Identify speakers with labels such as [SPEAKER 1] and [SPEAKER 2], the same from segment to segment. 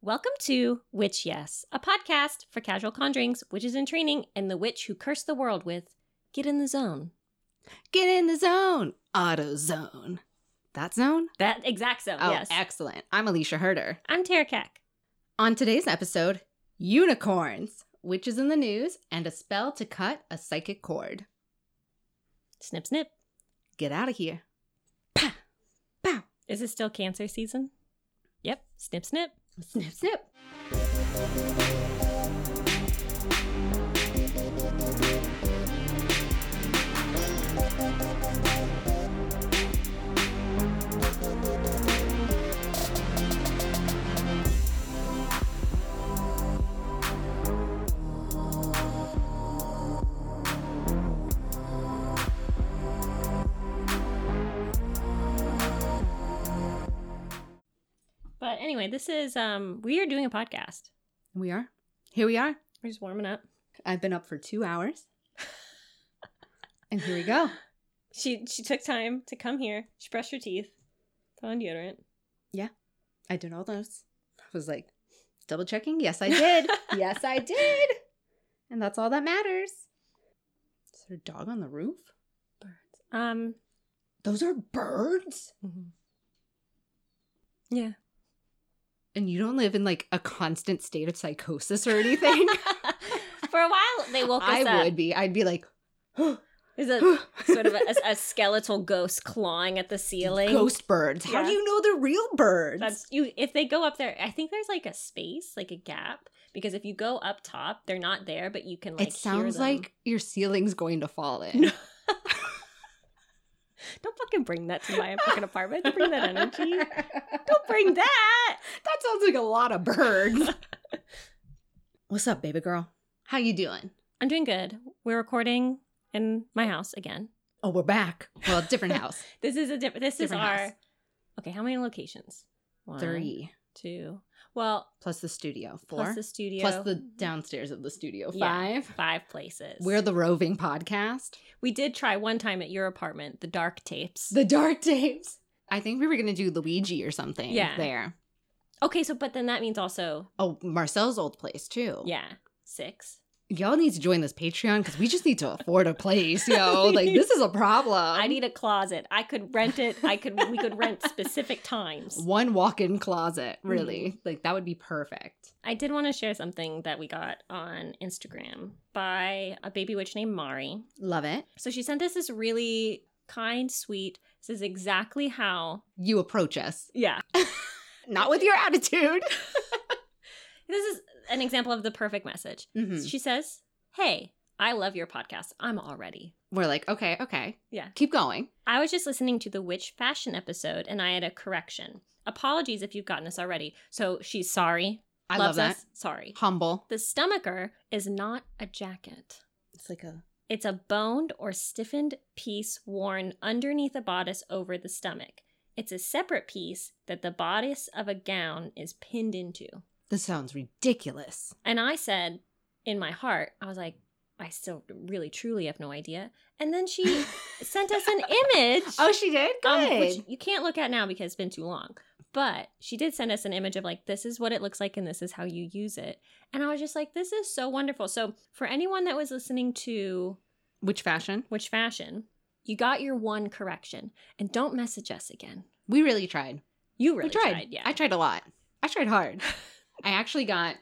[SPEAKER 1] Welcome to Witch Yes, a podcast for casual conjurings, witches in training, and the witch who cursed the world with Get in the Zone.
[SPEAKER 2] Get in the zone. Auto zone. That zone?
[SPEAKER 1] That exact zone,
[SPEAKER 2] Oh,
[SPEAKER 1] yes.
[SPEAKER 2] excellent. I'm Alicia Herder.
[SPEAKER 1] I'm Tara Keck.
[SPEAKER 2] On today's episode, unicorns, witches in the news, and a spell to cut a psychic cord.
[SPEAKER 1] Snip, snip.
[SPEAKER 2] Get out of here.
[SPEAKER 1] Is it still cancer season? Yep. Snip, snip.
[SPEAKER 2] Snip, snip.
[SPEAKER 1] But anyway, this is, um, we are doing a podcast.
[SPEAKER 2] We are. Here we are.
[SPEAKER 1] We're just warming up.
[SPEAKER 2] I've been up for two hours. and here we go.
[SPEAKER 1] She she took time to come here. She brushed her teeth, put on deodorant.
[SPEAKER 2] I did all those. I was like, double checking. Yes, I did. yes, I did. And that's all that matters. Is there a dog on the roof?
[SPEAKER 1] Um,
[SPEAKER 2] Those are birds?
[SPEAKER 1] yeah.
[SPEAKER 2] And you don't live in like a constant state of psychosis or anything?
[SPEAKER 1] For a while, they woke us
[SPEAKER 2] I
[SPEAKER 1] up.
[SPEAKER 2] would be. I'd be like,
[SPEAKER 1] Is it sort of a, a skeletal ghost clawing at the ceiling?
[SPEAKER 2] ghost birds. How do
[SPEAKER 1] Yeah.
[SPEAKER 2] you know they're real birds?
[SPEAKER 1] That's you. If they go up there, I think there's like a space, like a gap, because if you go up top, they're not there, but you can like.
[SPEAKER 2] it
[SPEAKER 1] hear
[SPEAKER 2] sounds
[SPEAKER 1] them.
[SPEAKER 2] like your ceiling's going to fall in.
[SPEAKER 1] Don't fucking bring that to my fucking apartment. Don't bring that energy. Don't bring that.
[SPEAKER 2] That sounds like a lot of birds. What's up, baby girl? How you doing?
[SPEAKER 1] I'm doing good. We're recording in my house again.
[SPEAKER 2] Oh, we're back. Well, different house.
[SPEAKER 1] This is a different. This
[SPEAKER 2] Different
[SPEAKER 1] is our.
[SPEAKER 2] house.
[SPEAKER 1] Okay, how many locations? One,
[SPEAKER 2] Three
[SPEAKER 1] two. Well,
[SPEAKER 2] plus the studio. Four
[SPEAKER 1] plus the studio,
[SPEAKER 2] Plus the downstairs of the studio.
[SPEAKER 1] Yeah.
[SPEAKER 2] Five.
[SPEAKER 1] five places.
[SPEAKER 2] We're the roving podcast.
[SPEAKER 1] we did try one time at your apartment the dark tapes.
[SPEAKER 2] The dark tapes. I think we were gonna do Luigi or something.
[SPEAKER 1] Yeah.
[SPEAKER 2] There.
[SPEAKER 1] okay, so but then that means also
[SPEAKER 2] Oh, Marcel's old place too.
[SPEAKER 1] yeah six.
[SPEAKER 2] Y'all need to join this Patreon because we just need to afford a place, yo. like this is a problem.
[SPEAKER 1] I need a closet. I could rent it. I could. We could rent specific times.
[SPEAKER 2] one walk-in closet,
[SPEAKER 1] Mm-hmm.
[SPEAKER 2] really. Like that would be perfect.
[SPEAKER 1] I did want to share something that we got on Instagram by a baby witch named Mari.
[SPEAKER 2] Love it.
[SPEAKER 1] So she sent us this really kind, sweet. This is exactly how.
[SPEAKER 2] You approach us.
[SPEAKER 1] Yeah,
[SPEAKER 2] Not with your attitude.
[SPEAKER 1] This is an example of the perfect message.
[SPEAKER 2] Mhm.
[SPEAKER 1] She says, Hey, I love your podcast. I'm already.
[SPEAKER 2] We're like, okay, okay.
[SPEAKER 1] Yeah.
[SPEAKER 2] Keep going.
[SPEAKER 1] I was just listening to the witch fashion episode and I had a correction. Apologies if you've gotten this already. So she's sorry.
[SPEAKER 2] I
[SPEAKER 1] loves
[SPEAKER 2] love
[SPEAKER 1] us. Sorry.
[SPEAKER 2] that. Humble.
[SPEAKER 1] The stomacher is not a jacket.
[SPEAKER 2] It's like a
[SPEAKER 1] It's a boned or stiffened piece worn underneath a bodice over the stomach. It's a separate piece that the bodice of a gown is pinned into.
[SPEAKER 2] this sounds ridiculous.
[SPEAKER 1] And I said in my heart, I was like, I still really truly have no idea. And then she sent us an image.
[SPEAKER 2] Oh, she did? Good.
[SPEAKER 1] um, which you can't look at now because it's been too long. But she did send us an image of like, this is what it looks like and this is how you use it. And I was just like, this is so wonderful. So for anyone that was listening to
[SPEAKER 2] Which fashion?
[SPEAKER 1] Which Fashion, you got your one correction. And don't message us again.
[SPEAKER 2] We really tried.
[SPEAKER 1] You really
[SPEAKER 2] we tried.
[SPEAKER 1] yeah.
[SPEAKER 2] I tried a lot. I tried hard. I actually got,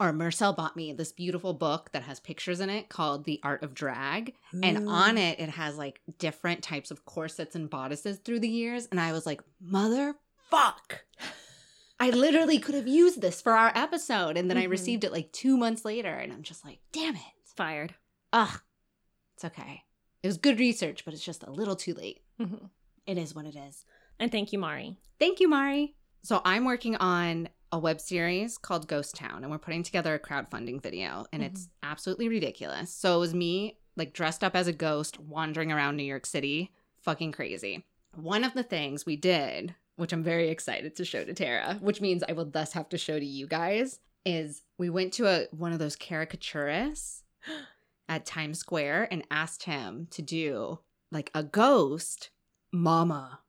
[SPEAKER 2] or Marcel bought me this beautiful book that has pictures in it called The Art of Drag. And on
[SPEAKER 1] Mm.
[SPEAKER 2] it, it has like different types of corsets and bodices through the years. And I was like, mother fuck. I literally could have used this for our episode. And then I
[SPEAKER 1] Mhm.
[SPEAKER 2] received it like two months later. And I'm just like, damn it.
[SPEAKER 1] fired.
[SPEAKER 2] Ugh. It's okay. It was good research, but it's just a little too late.
[SPEAKER 1] Mhm.
[SPEAKER 2] It is what it is.
[SPEAKER 1] And thank you, Mari.
[SPEAKER 2] Thank you, Mari. So I'm working on a web series called Ghost Town, and we're putting together a crowdfunding video, and it's absolutely ridiculous. So it was me, like dressed up as a ghost, wandering around New York City, fucking crazy. One of the things we did, which I'm very excited to show to Tara, which means I will thus have to show to you guys, is we went to a one of those caricaturists at Times Square and asked him to do like a ghost mama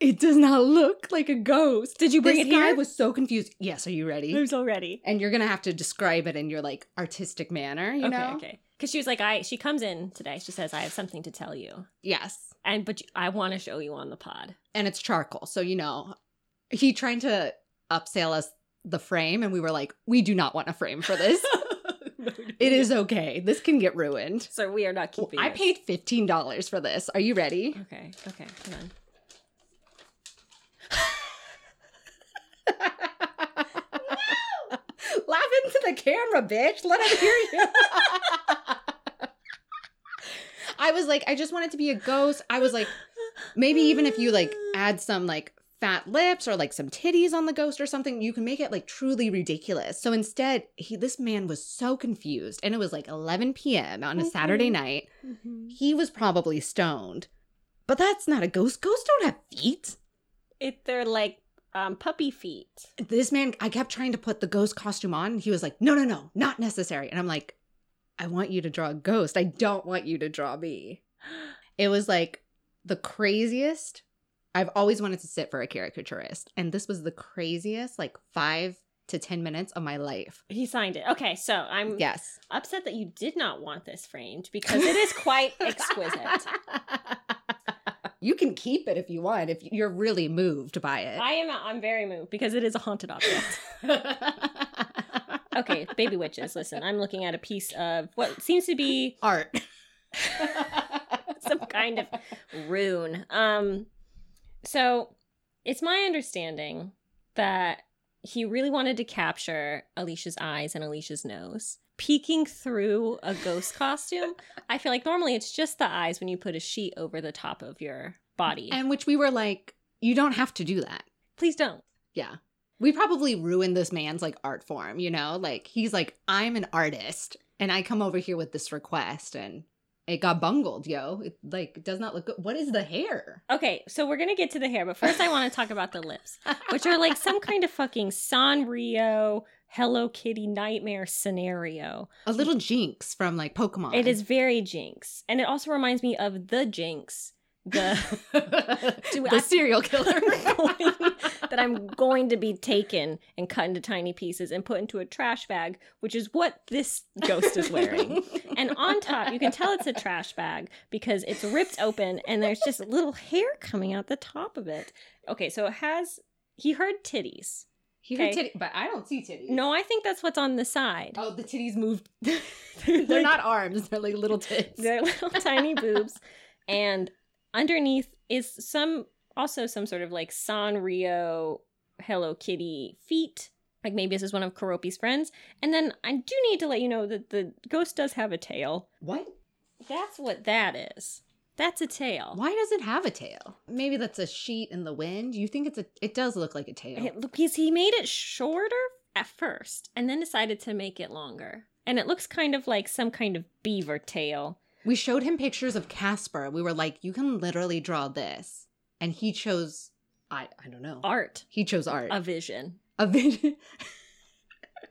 [SPEAKER 2] it does not look like a ghost.
[SPEAKER 1] Did you bring
[SPEAKER 2] this
[SPEAKER 1] it
[SPEAKER 2] guy
[SPEAKER 1] here?
[SPEAKER 2] was so confused. Yes, are you ready?
[SPEAKER 1] I was already.
[SPEAKER 2] and you're gonna have to describe it in your like artistic manner, you
[SPEAKER 1] okay,
[SPEAKER 2] know?
[SPEAKER 1] okay. Because she was like, I. She comes in today. She says, I have something to tell you,
[SPEAKER 2] Yes.
[SPEAKER 1] and but you- I want to show you on the pod.
[SPEAKER 2] And it's charcoal, so you know. He tried to upsell us the frame, and we were like, we do not want a frame for this. it is okay. This can get ruined.
[SPEAKER 1] So we are not keeping.
[SPEAKER 2] I
[SPEAKER 1] this.
[SPEAKER 2] paid fifteen dollars for this. Are you ready?
[SPEAKER 1] Okay. Okay. Hold on.
[SPEAKER 2] Laugh into the camera, bitch. Let him hear you. I was like, I just want it to be a ghost. I was like, maybe even if you like add some like fat lips or like some titties on the ghost or something, you can make it like truly ridiculous. So instead, he this man was so confused, and it was like 11 p.m. on a
[SPEAKER 1] Okay.
[SPEAKER 2] Saturday night. He was probably stoned, but that's not a ghost. Ghosts don't have feet.
[SPEAKER 1] It. They're like um, puppy feet.
[SPEAKER 2] this man i kept trying to put the ghost costume on and he was like no no no not necessary and i'm like i want you to draw a ghost i don't want you to draw me it was like the craziest i've always wanted to sit for a caricaturist and this was the craziest like five to ten minutes of my life
[SPEAKER 1] He signed it. Okay, so I'm
[SPEAKER 2] yes
[SPEAKER 1] upset that you did not want this framed because Um, it is quite exquisite.
[SPEAKER 2] you can keep it if you want if you're really moved by it
[SPEAKER 1] I am I'm very moved because it is a haunted object. Okay, baby witches, listen, I'm looking at a piece of what seems to be
[SPEAKER 2] art
[SPEAKER 1] some kind of rune. Um so it's my understanding that he really wanted to capture Alicia's eyes and Alicia's nose peeking through a ghost costume. I feel like normally it's just the eyes when you put a sheet over the top of your body.
[SPEAKER 2] And which we were like, you don't have to do that.
[SPEAKER 1] Please don't.
[SPEAKER 2] Yeah. We probably ruined this man's like art form, you know? Like he's like, I'm an artist and I come over here with this request and it got bungled, yo. It like does not look good. What is the hair?
[SPEAKER 1] Okay, so we're gonna get to the hair, but first I want to talk about the lips, which are like some kind of fucking Sanrio Hello Kitty nightmare scenario.
[SPEAKER 2] A little jinx from like Pokemon.
[SPEAKER 1] It is very Jinx, and it also reminds me of the Jinx, the
[SPEAKER 2] the
[SPEAKER 1] I-
[SPEAKER 2] serial killer.
[SPEAKER 1] that I'm going to be taken and cut into tiny pieces and put into a trash bag, which is what this ghost is wearing. And on top, you can tell it's a trash bag because it's ripped open and there's just little hair coming out the top of it. Okay, so it has. He heard titties.
[SPEAKER 2] He heard
[SPEAKER 1] Okay.
[SPEAKER 2] titty, but I don't see titties.
[SPEAKER 1] No, I think that's what's on the side.
[SPEAKER 2] Oh, the titties moved. they're not arms. They're like little tits.
[SPEAKER 1] They're little tiny boobs. And underneath is some, also some sort of like Sanrio Hello Kitty feet. Like maybe this is one of Karopi's friends. And then I do need to let you know that the ghost does have a tail.
[SPEAKER 2] What?
[SPEAKER 1] That's what that is. That's a tail.
[SPEAKER 2] Why does it have a tail? Maybe that's a sheet in the wind. You think it's a? It does look like a tail.
[SPEAKER 1] It- because he made it shorter at first and then decided to make it longer. And it looks kind of like some kind of beaver tail.
[SPEAKER 2] We showed him pictures of Casper. We were like, you can literally draw this, and he chose. I I don't know.
[SPEAKER 1] Art,
[SPEAKER 2] He chose art.
[SPEAKER 1] a vision.
[SPEAKER 2] A vision.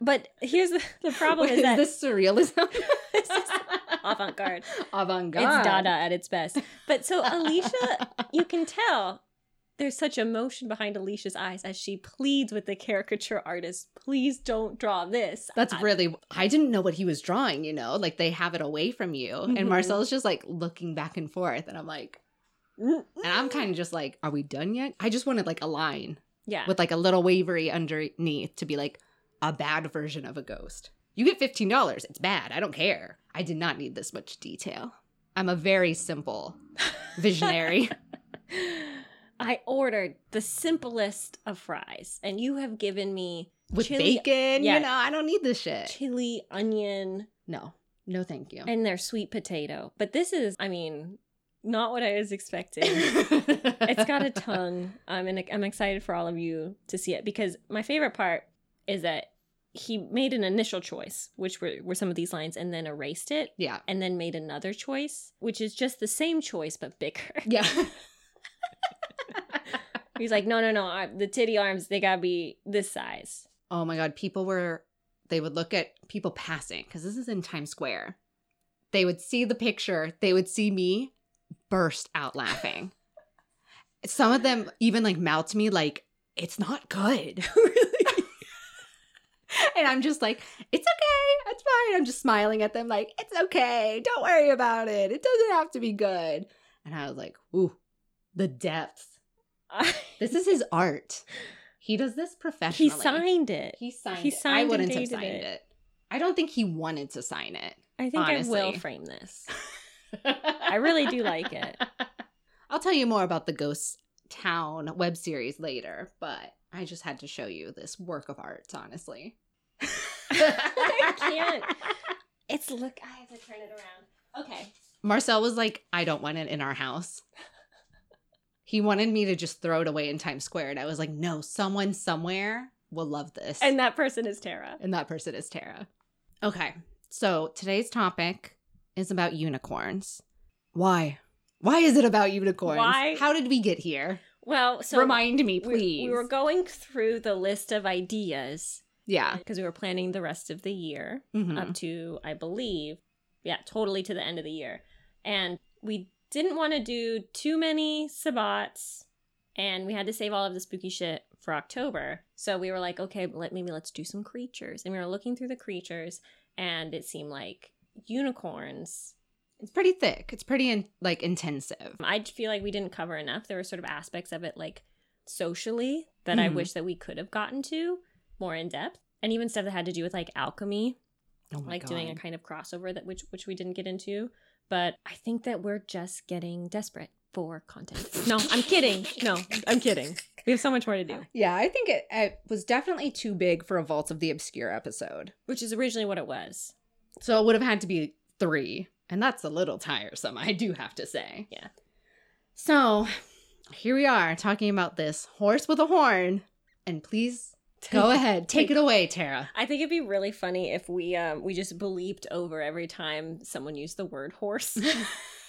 [SPEAKER 1] But here's the, the problem is
[SPEAKER 2] is
[SPEAKER 1] that
[SPEAKER 2] this surrealism?
[SPEAKER 1] This is avant-garde.
[SPEAKER 2] Avant garde.
[SPEAKER 1] It's Dada at its best. But so Alicia, you can tell there's such emotion behind Alicia's eyes as she pleads with the caricature artist, please don't draw this.
[SPEAKER 2] That's
[SPEAKER 1] I-
[SPEAKER 2] really. I didn't know what he was drawing. You know, like they have it away from you,
[SPEAKER 1] Mhm.
[SPEAKER 2] and Marcel's just like looking back and forth, and I'm like,
[SPEAKER 1] Mm,
[SPEAKER 2] and I'm kind of just like, are we done yet? I just wanted like a line.
[SPEAKER 1] Yeah.
[SPEAKER 2] with like a little wavery underneath to be like a bad version of a ghost. You get $15. It's bad. I don't care. I did not need this much detail. I'm a very simple visionary.
[SPEAKER 1] I ordered the simplest of fries, and you have given me
[SPEAKER 2] With
[SPEAKER 1] Chili-
[SPEAKER 2] bacon,
[SPEAKER 1] yeah.
[SPEAKER 2] you know, I don't need this shit.
[SPEAKER 1] chili, onion,
[SPEAKER 2] No, no, thank you.
[SPEAKER 1] and their sweet potato. But this is, I mean, not what I was expecting. it's got a tongue. Um, and I'm excited for all of you to see it because my favorite part is that he made an initial choice, which were, were some of these lines, and then erased it,
[SPEAKER 2] Yeah.
[SPEAKER 1] and then made another choice, which is just the same choice but bigger.
[SPEAKER 2] Yeah.
[SPEAKER 1] He's like, no, no, no, I, the titty arms, they gotta be this size.
[SPEAKER 2] oh my God. People were, they would look at people passing because this is in Times Square. They would see the picture, they would see me burst out laughing. Some of them even like mouth to me like it's not good.
[SPEAKER 1] really?
[SPEAKER 2] And I'm just like, it's okay, it's fine. I'm just smiling at them, like, it's okay, don't worry about it. It doesn't have to be good. And I was like, ooh, the depth.
[SPEAKER 1] I-
[SPEAKER 2] This is his art. He does this professionally.
[SPEAKER 1] he signed it.
[SPEAKER 2] He signed.
[SPEAKER 1] He
[SPEAKER 2] it.
[SPEAKER 1] signed
[SPEAKER 2] I
[SPEAKER 1] and
[SPEAKER 2] wouldn't have
[SPEAKER 1] dated
[SPEAKER 2] signed
[SPEAKER 1] it.
[SPEAKER 2] it. I don't think he wanted to sign it.
[SPEAKER 1] I think I will
[SPEAKER 2] Honestly.
[SPEAKER 1] frame this. I really do like it.
[SPEAKER 2] I'll tell you more about the Ghost Town web series later, but I just had to show you this work of art, honestly.
[SPEAKER 1] I can't. It's look. I have to turn it around. Okay.
[SPEAKER 2] Marcel was like, I don't want it in our house. He wanted me to just throw it away in Times Square. And I was like, no, someone somewhere will love this.
[SPEAKER 1] And that person is Tara.
[SPEAKER 2] and that person is Tara. Okay. So today's topic is about unicorns. Why? Why is it about unicorns?
[SPEAKER 1] Why?
[SPEAKER 2] How did we get here?
[SPEAKER 1] Well, so
[SPEAKER 2] Remind
[SPEAKER 1] we-
[SPEAKER 2] me, please.
[SPEAKER 1] We were going through the list of ideas
[SPEAKER 2] yeah.
[SPEAKER 1] because we were planning the rest of the year
[SPEAKER 2] Mhm.
[SPEAKER 1] up to, I believe, yeah, totally to the end of the year. And we didn't want to do too many sabbats and we had to save all of the spooky shit for October. So we were like, okay, let maybe let's do some creatures. And we were looking through the creatures and it seemed like unicorns.
[SPEAKER 2] It's pretty thick. It's pretty in, like intensive.
[SPEAKER 1] I feel like we didn't cover enough. There were sort of aspects of it like socially that I
[SPEAKER 2] Mhm.
[SPEAKER 1] wish that we could have gotten to more in depth. And even stuff that had to do with like alchemy
[SPEAKER 2] Oh my
[SPEAKER 1] like
[SPEAKER 2] god.
[SPEAKER 1] doing a kind of crossover that which which we didn't get into but i think that we're just getting desperate for content no i'm kidding no i'm kidding we have so much more to do
[SPEAKER 2] yeah, I think it, it was definitely too big for a Vault of the Obscure episode.
[SPEAKER 1] which is originally what it was
[SPEAKER 2] So it would have had to be three. And that's a little tiresome, I do have to say.
[SPEAKER 1] Yeah.
[SPEAKER 2] So here we are talking about this horse with a horn. And please go ahead, take it away, Tara.
[SPEAKER 1] i think it'd be really funny if we um we just bleeped over every time someone used the word horse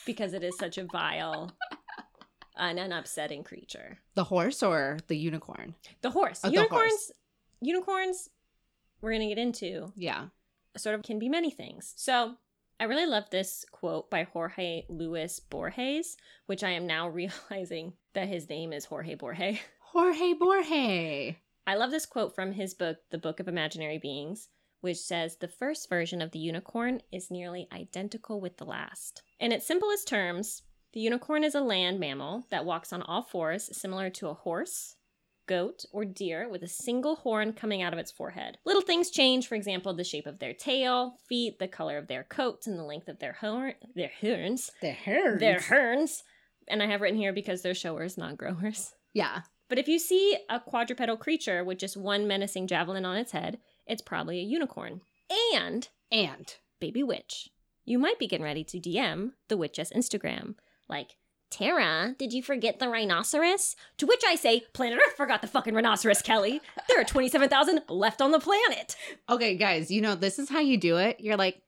[SPEAKER 1] because it is such a vile and an upsetting creature
[SPEAKER 2] The horse or the unicorn?
[SPEAKER 1] the horse
[SPEAKER 2] Oh, the horse.
[SPEAKER 1] unicorns unicorns we're gonna get into
[SPEAKER 2] Yeah.
[SPEAKER 1] sort of can be many things. So I really love this quote by Jorge Luis Borges, which I am now realizing that his name is Jorge Borges.
[SPEAKER 2] Jorge Borge.
[SPEAKER 1] I love this quote from his book, The Book of Imaginary Beings, which says the first version of the unicorn is nearly identical with the last. In its simplest terms, the unicorn is a land mammal that walks on all fours, similar to a horse, goat, or deer, with a single horn coming out of its forehead. Little things change, for example, the shape of their tail, feet, the color of their coats, and the length of their horn, their horns,
[SPEAKER 2] The hair.
[SPEAKER 1] their horns. And I have written here because they're showers, not growers.
[SPEAKER 2] Yeah.
[SPEAKER 1] But if you see a quadrupedal creature with just one menacing javelin on its head, it's probably a unicorn. And
[SPEAKER 2] And
[SPEAKER 1] baby witch. You might be getting ready to DM the witch's Instagram. Like, Tara, did you forget the rhinoceros? To which I say, planet Earth forgot the fucking rhinoceros, Kelly. There are 27,000 left on the planet.
[SPEAKER 2] Okay, guys, you know, this is how you do it. You're like,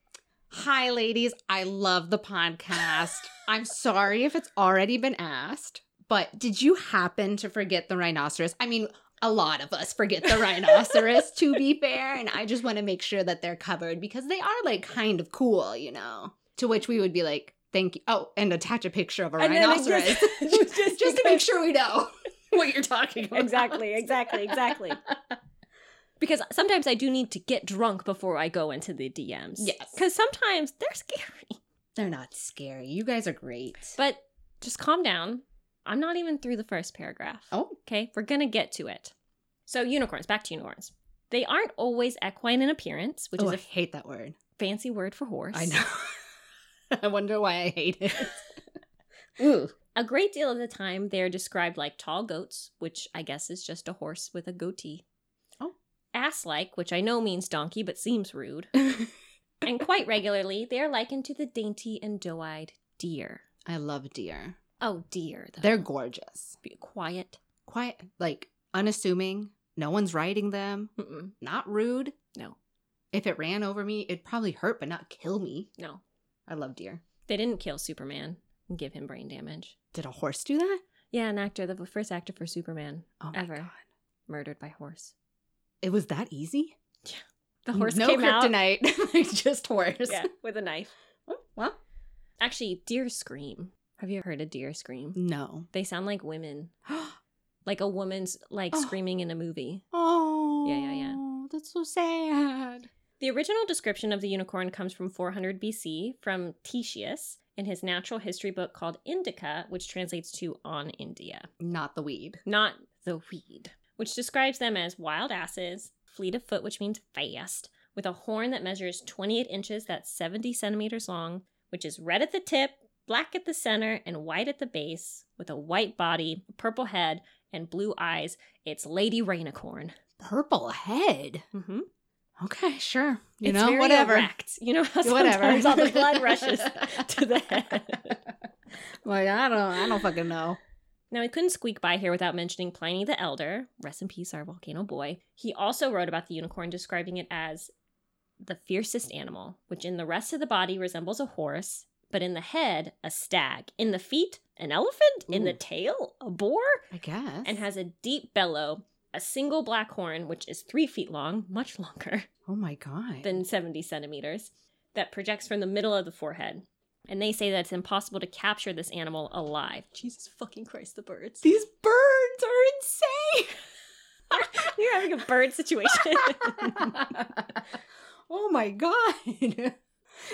[SPEAKER 2] hi, ladies, I love the podcast. I'm sorry if it's already been asked, but did you happen to forget the rhinoceros? I mean, a lot of us forget the rhinoceros, to be fair, and I just want to make sure that they're covered because they are like kind of cool, you know? To which we would be like, thank you. Oh, and attach a picture of a
[SPEAKER 1] And then it
[SPEAKER 2] rhinoceros
[SPEAKER 1] just-
[SPEAKER 2] just, to make sure we know what you're talking about.
[SPEAKER 1] Exactly, exactly, exactly. Because sometimes I do need to get drunk before I go into the DMs.
[SPEAKER 2] Yes.
[SPEAKER 1] Because sometimes they're scary.
[SPEAKER 2] They're not scary. You guys are great.
[SPEAKER 1] But just calm down. I'm not even through the first paragraph.
[SPEAKER 2] oh,
[SPEAKER 1] Okay, we're gonna get to it. So, unicorns, back to unicorns. They aren't always equine in appearance, which
[SPEAKER 2] oh,
[SPEAKER 1] is
[SPEAKER 2] I
[SPEAKER 1] a
[SPEAKER 2] hate that word.
[SPEAKER 1] fancy word for horse.
[SPEAKER 2] I know. I wonder why I hate it. Ooh.
[SPEAKER 1] A great deal of the time, they are described like tall goats, which I guess is just a horse with a goatee.
[SPEAKER 2] Oh.
[SPEAKER 1] Ass like, which I know means donkey but seems rude. and quite regularly, they are likened to the dainty and doe eyed deer.
[SPEAKER 2] I love deer.
[SPEAKER 1] Oh, deer. though.
[SPEAKER 2] They're gorgeous.
[SPEAKER 1] Be quiet.
[SPEAKER 2] Quiet, like unassuming. No one's riding them.
[SPEAKER 1] Mm-mm.
[SPEAKER 2] Not rude.
[SPEAKER 1] No.
[SPEAKER 2] If it ran over me, it'd probably hurt, but not kill me.
[SPEAKER 1] No.
[SPEAKER 2] I love deer.
[SPEAKER 1] They didn't kill Superman and give him brain damage.
[SPEAKER 2] Did a horse do that?
[SPEAKER 1] Yeah, an actor, the first actor for Superman,
[SPEAKER 2] Oh
[SPEAKER 1] Ever. murdered by horse.
[SPEAKER 2] It was that easy?
[SPEAKER 1] The horse
[SPEAKER 2] Mm, no
[SPEAKER 1] came out
[SPEAKER 2] kryptonite. Like, Just horse.
[SPEAKER 1] yeah, with a knife.
[SPEAKER 2] Oh, Well,
[SPEAKER 1] Actually, deer scream. Have you ever heard a deer scream?
[SPEAKER 2] No.
[SPEAKER 1] They sound like women, like a woman's like
[SPEAKER 2] Oh.
[SPEAKER 1] screaming in a movie.
[SPEAKER 2] oh.
[SPEAKER 1] Yeah, yeah, yeah.
[SPEAKER 2] That's so sad.
[SPEAKER 1] The original description of the unicorn comes from 400 BC from Titius in his natural history book called Indica, which translates to on India,
[SPEAKER 2] Not the weed.
[SPEAKER 1] not the weed, which describes them as wild asses, fleet of foot, which means fast, with a horn that measures 28 inches, that's 70 centimeters long, which is red at the tip, black at the center, and white at the base, with a white body, purple head, and blue eyes. It's Lady Rainicorn.
[SPEAKER 2] Purple head.
[SPEAKER 1] Mm-hmm.
[SPEAKER 2] Okay, sure. You
[SPEAKER 1] it's
[SPEAKER 2] know,
[SPEAKER 1] very
[SPEAKER 2] whatever.
[SPEAKER 1] erect. You know how
[SPEAKER 2] Whatever.
[SPEAKER 1] sometimes all the blood rushes to the head.
[SPEAKER 2] Like I don't, I don't fucking know.
[SPEAKER 1] Now, I couldn't squeak by here without mentioning Pliny the Elder. Rest in peace, our volcano boy. He also wrote about the unicorn, describing it as the fiercest animal, which in the rest of the body resembles a horse, but in the head, a stag. In the feet, an elephant. In the
[SPEAKER 2] Ooh.
[SPEAKER 1] tail, a boar.
[SPEAKER 2] I guess.
[SPEAKER 1] And has a deep bellow, a single black horn, which is three feet long, much longer.
[SPEAKER 2] oh my god.
[SPEAKER 1] than 70 centimeters that projects from the middle of the forehead. And they say that it's impossible to capture this animal alive. Jesus fucking Christ, the birds.
[SPEAKER 2] these birds are insane.
[SPEAKER 1] You're having a bird situation.
[SPEAKER 2] oh my god.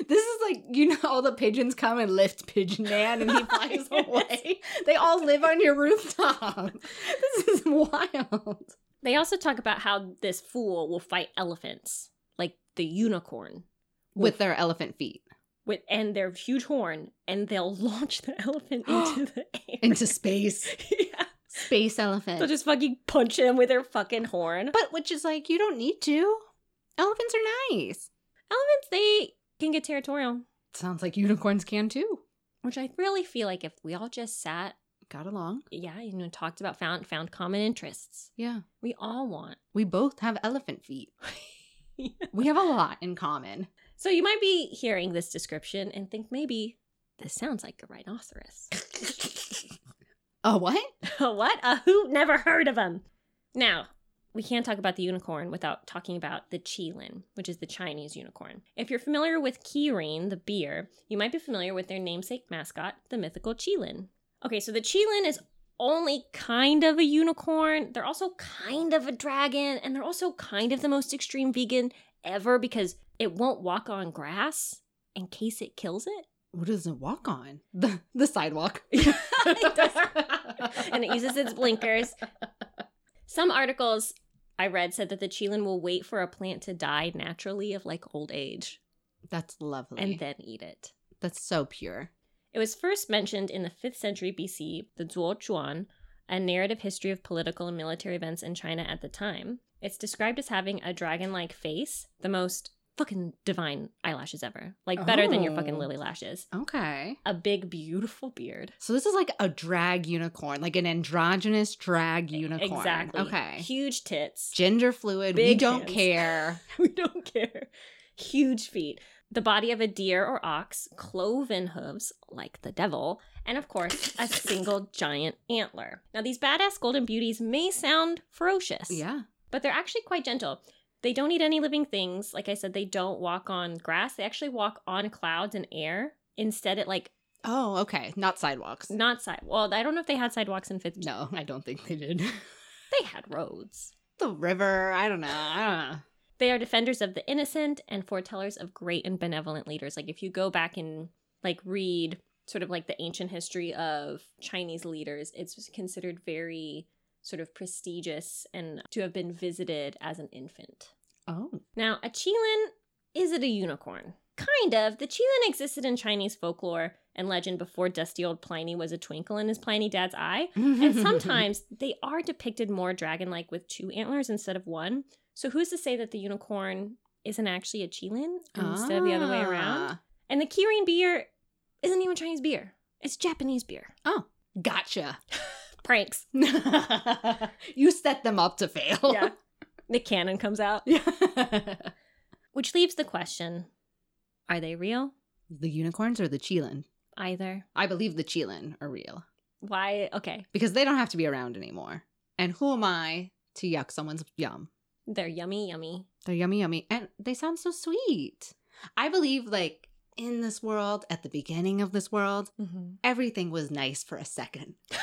[SPEAKER 2] This is like you know all the pigeons come and lift Pigeon Man and he flies away. They all live on your rooftop. This is wild.
[SPEAKER 1] they also talk about how this fool will fight elephants, like the unicorn,
[SPEAKER 2] With their elephant feet
[SPEAKER 1] with and their huge horn, and they'll launch the elephant into the air.
[SPEAKER 2] into space.
[SPEAKER 1] yeah.
[SPEAKER 2] Space
[SPEAKER 1] They'll
[SPEAKER 2] elephant.
[SPEAKER 1] just fucking punch him with their fucking horn. But
[SPEAKER 2] but which is like you don't need to. Elephants are nice.
[SPEAKER 1] elephants, they can get territorial,
[SPEAKER 2] Sounds like unicorns can too.
[SPEAKER 1] which I really feel like if we all just sat
[SPEAKER 2] Got along.
[SPEAKER 1] yeah, you know, talked about found found common interests.
[SPEAKER 2] Yeah.
[SPEAKER 1] We all want.
[SPEAKER 2] We both have elephant feet. We have a lot in common.
[SPEAKER 1] so you might be hearing this description and think maybe this sounds like a rhinoceros.
[SPEAKER 2] Oh, what?
[SPEAKER 1] A what? A who? Never heard of him. Now, we can't talk about the unicorn without talking about the Qilin, which is the Chinese unicorn. If you're familiar with Kirin, the beer, you might be familiar with their namesake mascot, the mythical Qilin. Okay, so the Qilin is only kind of a unicorn. They're also kind of a dragon, and they're also kind of the most extreme vegan ever because it won't walk on grass in case it kills it.
[SPEAKER 2] What does it walk on? The, the sidewalk.
[SPEAKER 1] It does. and it uses its blinkers. Some articles I read said that the chilin will wait for a plant to die naturally of like old age
[SPEAKER 2] That's lovely.
[SPEAKER 1] and then eat it.
[SPEAKER 2] That's so pure.
[SPEAKER 1] It was first mentioned in the 5th century BC, the Zuo Chuan, a narrative history of political and military events in China at the time. It's described as having a dragon like face, the most fucking divine eyelashes ever. Like better than your fucking
[SPEAKER 2] Oh.
[SPEAKER 1] lily lashes.
[SPEAKER 2] Okay.
[SPEAKER 1] A big, beautiful beard.
[SPEAKER 2] So this is like a drag unicorn, like an androgynous drag unicorn.
[SPEAKER 1] Exactly.
[SPEAKER 2] Okay.
[SPEAKER 1] Huge tits.
[SPEAKER 2] Gender fluid. we
[SPEAKER 1] Big
[SPEAKER 2] don't
[SPEAKER 1] hands.
[SPEAKER 2] care.
[SPEAKER 1] we don't care. Huge feet. The body of a deer or ox, cloven hooves like the devil, and of course, a single giant antler. Now, these badass golden beauties may sound ferocious,
[SPEAKER 2] Yeah.
[SPEAKER 1] but they're actually quite gentle. They don't eat any living things. Like I said, they don't walk on grass. They actually walk on clouds and air. Instead, it like
[SPEAKER 2] Oh, okay. Not sidewalks.
[SPEAKER 1] not side. Well, I don't know if they had sidewalks in fifth.
[SPEAKER 2] No, I don't think they did.
[SPEAKER 1] They had roads.
[SPEAKER 2] the river. I don't know. I don't know.
[SPEAKER 1] They are defenders of the innocent and foretellers of great and benevolent leaders. Like if you go back and like read sort of like the ancient history of Chinese leaders, it's considered very sort of prestigious and to have been visited as an infant.
[SPEAKER 2] Oh.
[SPEAKER 1] Now, a Qilin, is it a unicorn? Kind of. The Qilin existed in Chinese folklore and legend before dusty old Pliny was a twinkle in his Pliny dad's eye. And sometimes they are depicted more dragon like with two antlers instead of one. So who's to say that the unicorn isn't actually a Chilin instead of the other way around?
[SPEAKER 2] Ah.
[SPEAKER 1] And the Kirin beer isn't even Chinese beer, it's Japanese beer.
[SPEAKER 2] Gotcha.
[SPEAKER 1] Pranks.
[SPEAKER 2] you set them up to fail.
[SPEAKER 1] Yeah. the cannon comes out,
[SPEAKER 2] Yeah.
[SPEAKER 1] which leaves the question are they real?
[SPEAKER 2] the unicorns or the Chilin?
[SPEAKER 1] Either.
[SPEAKER 2] I believe the Chilin are real
[SPEAKER 1] Why? Okay.
[SPEAKER 2] because they don't have to be around anymore. And who am I to yuck someone's yum?
[SPEAKER 1] They're yummy, yummy.
[SPEAKER 2] They're yummy, yummy, and they sound so sweet. I believe like in this world, at the beginning of this world,
[SPEAKER 1] Mm-hmm.
[SPEAKER 2] everything was nice for a second.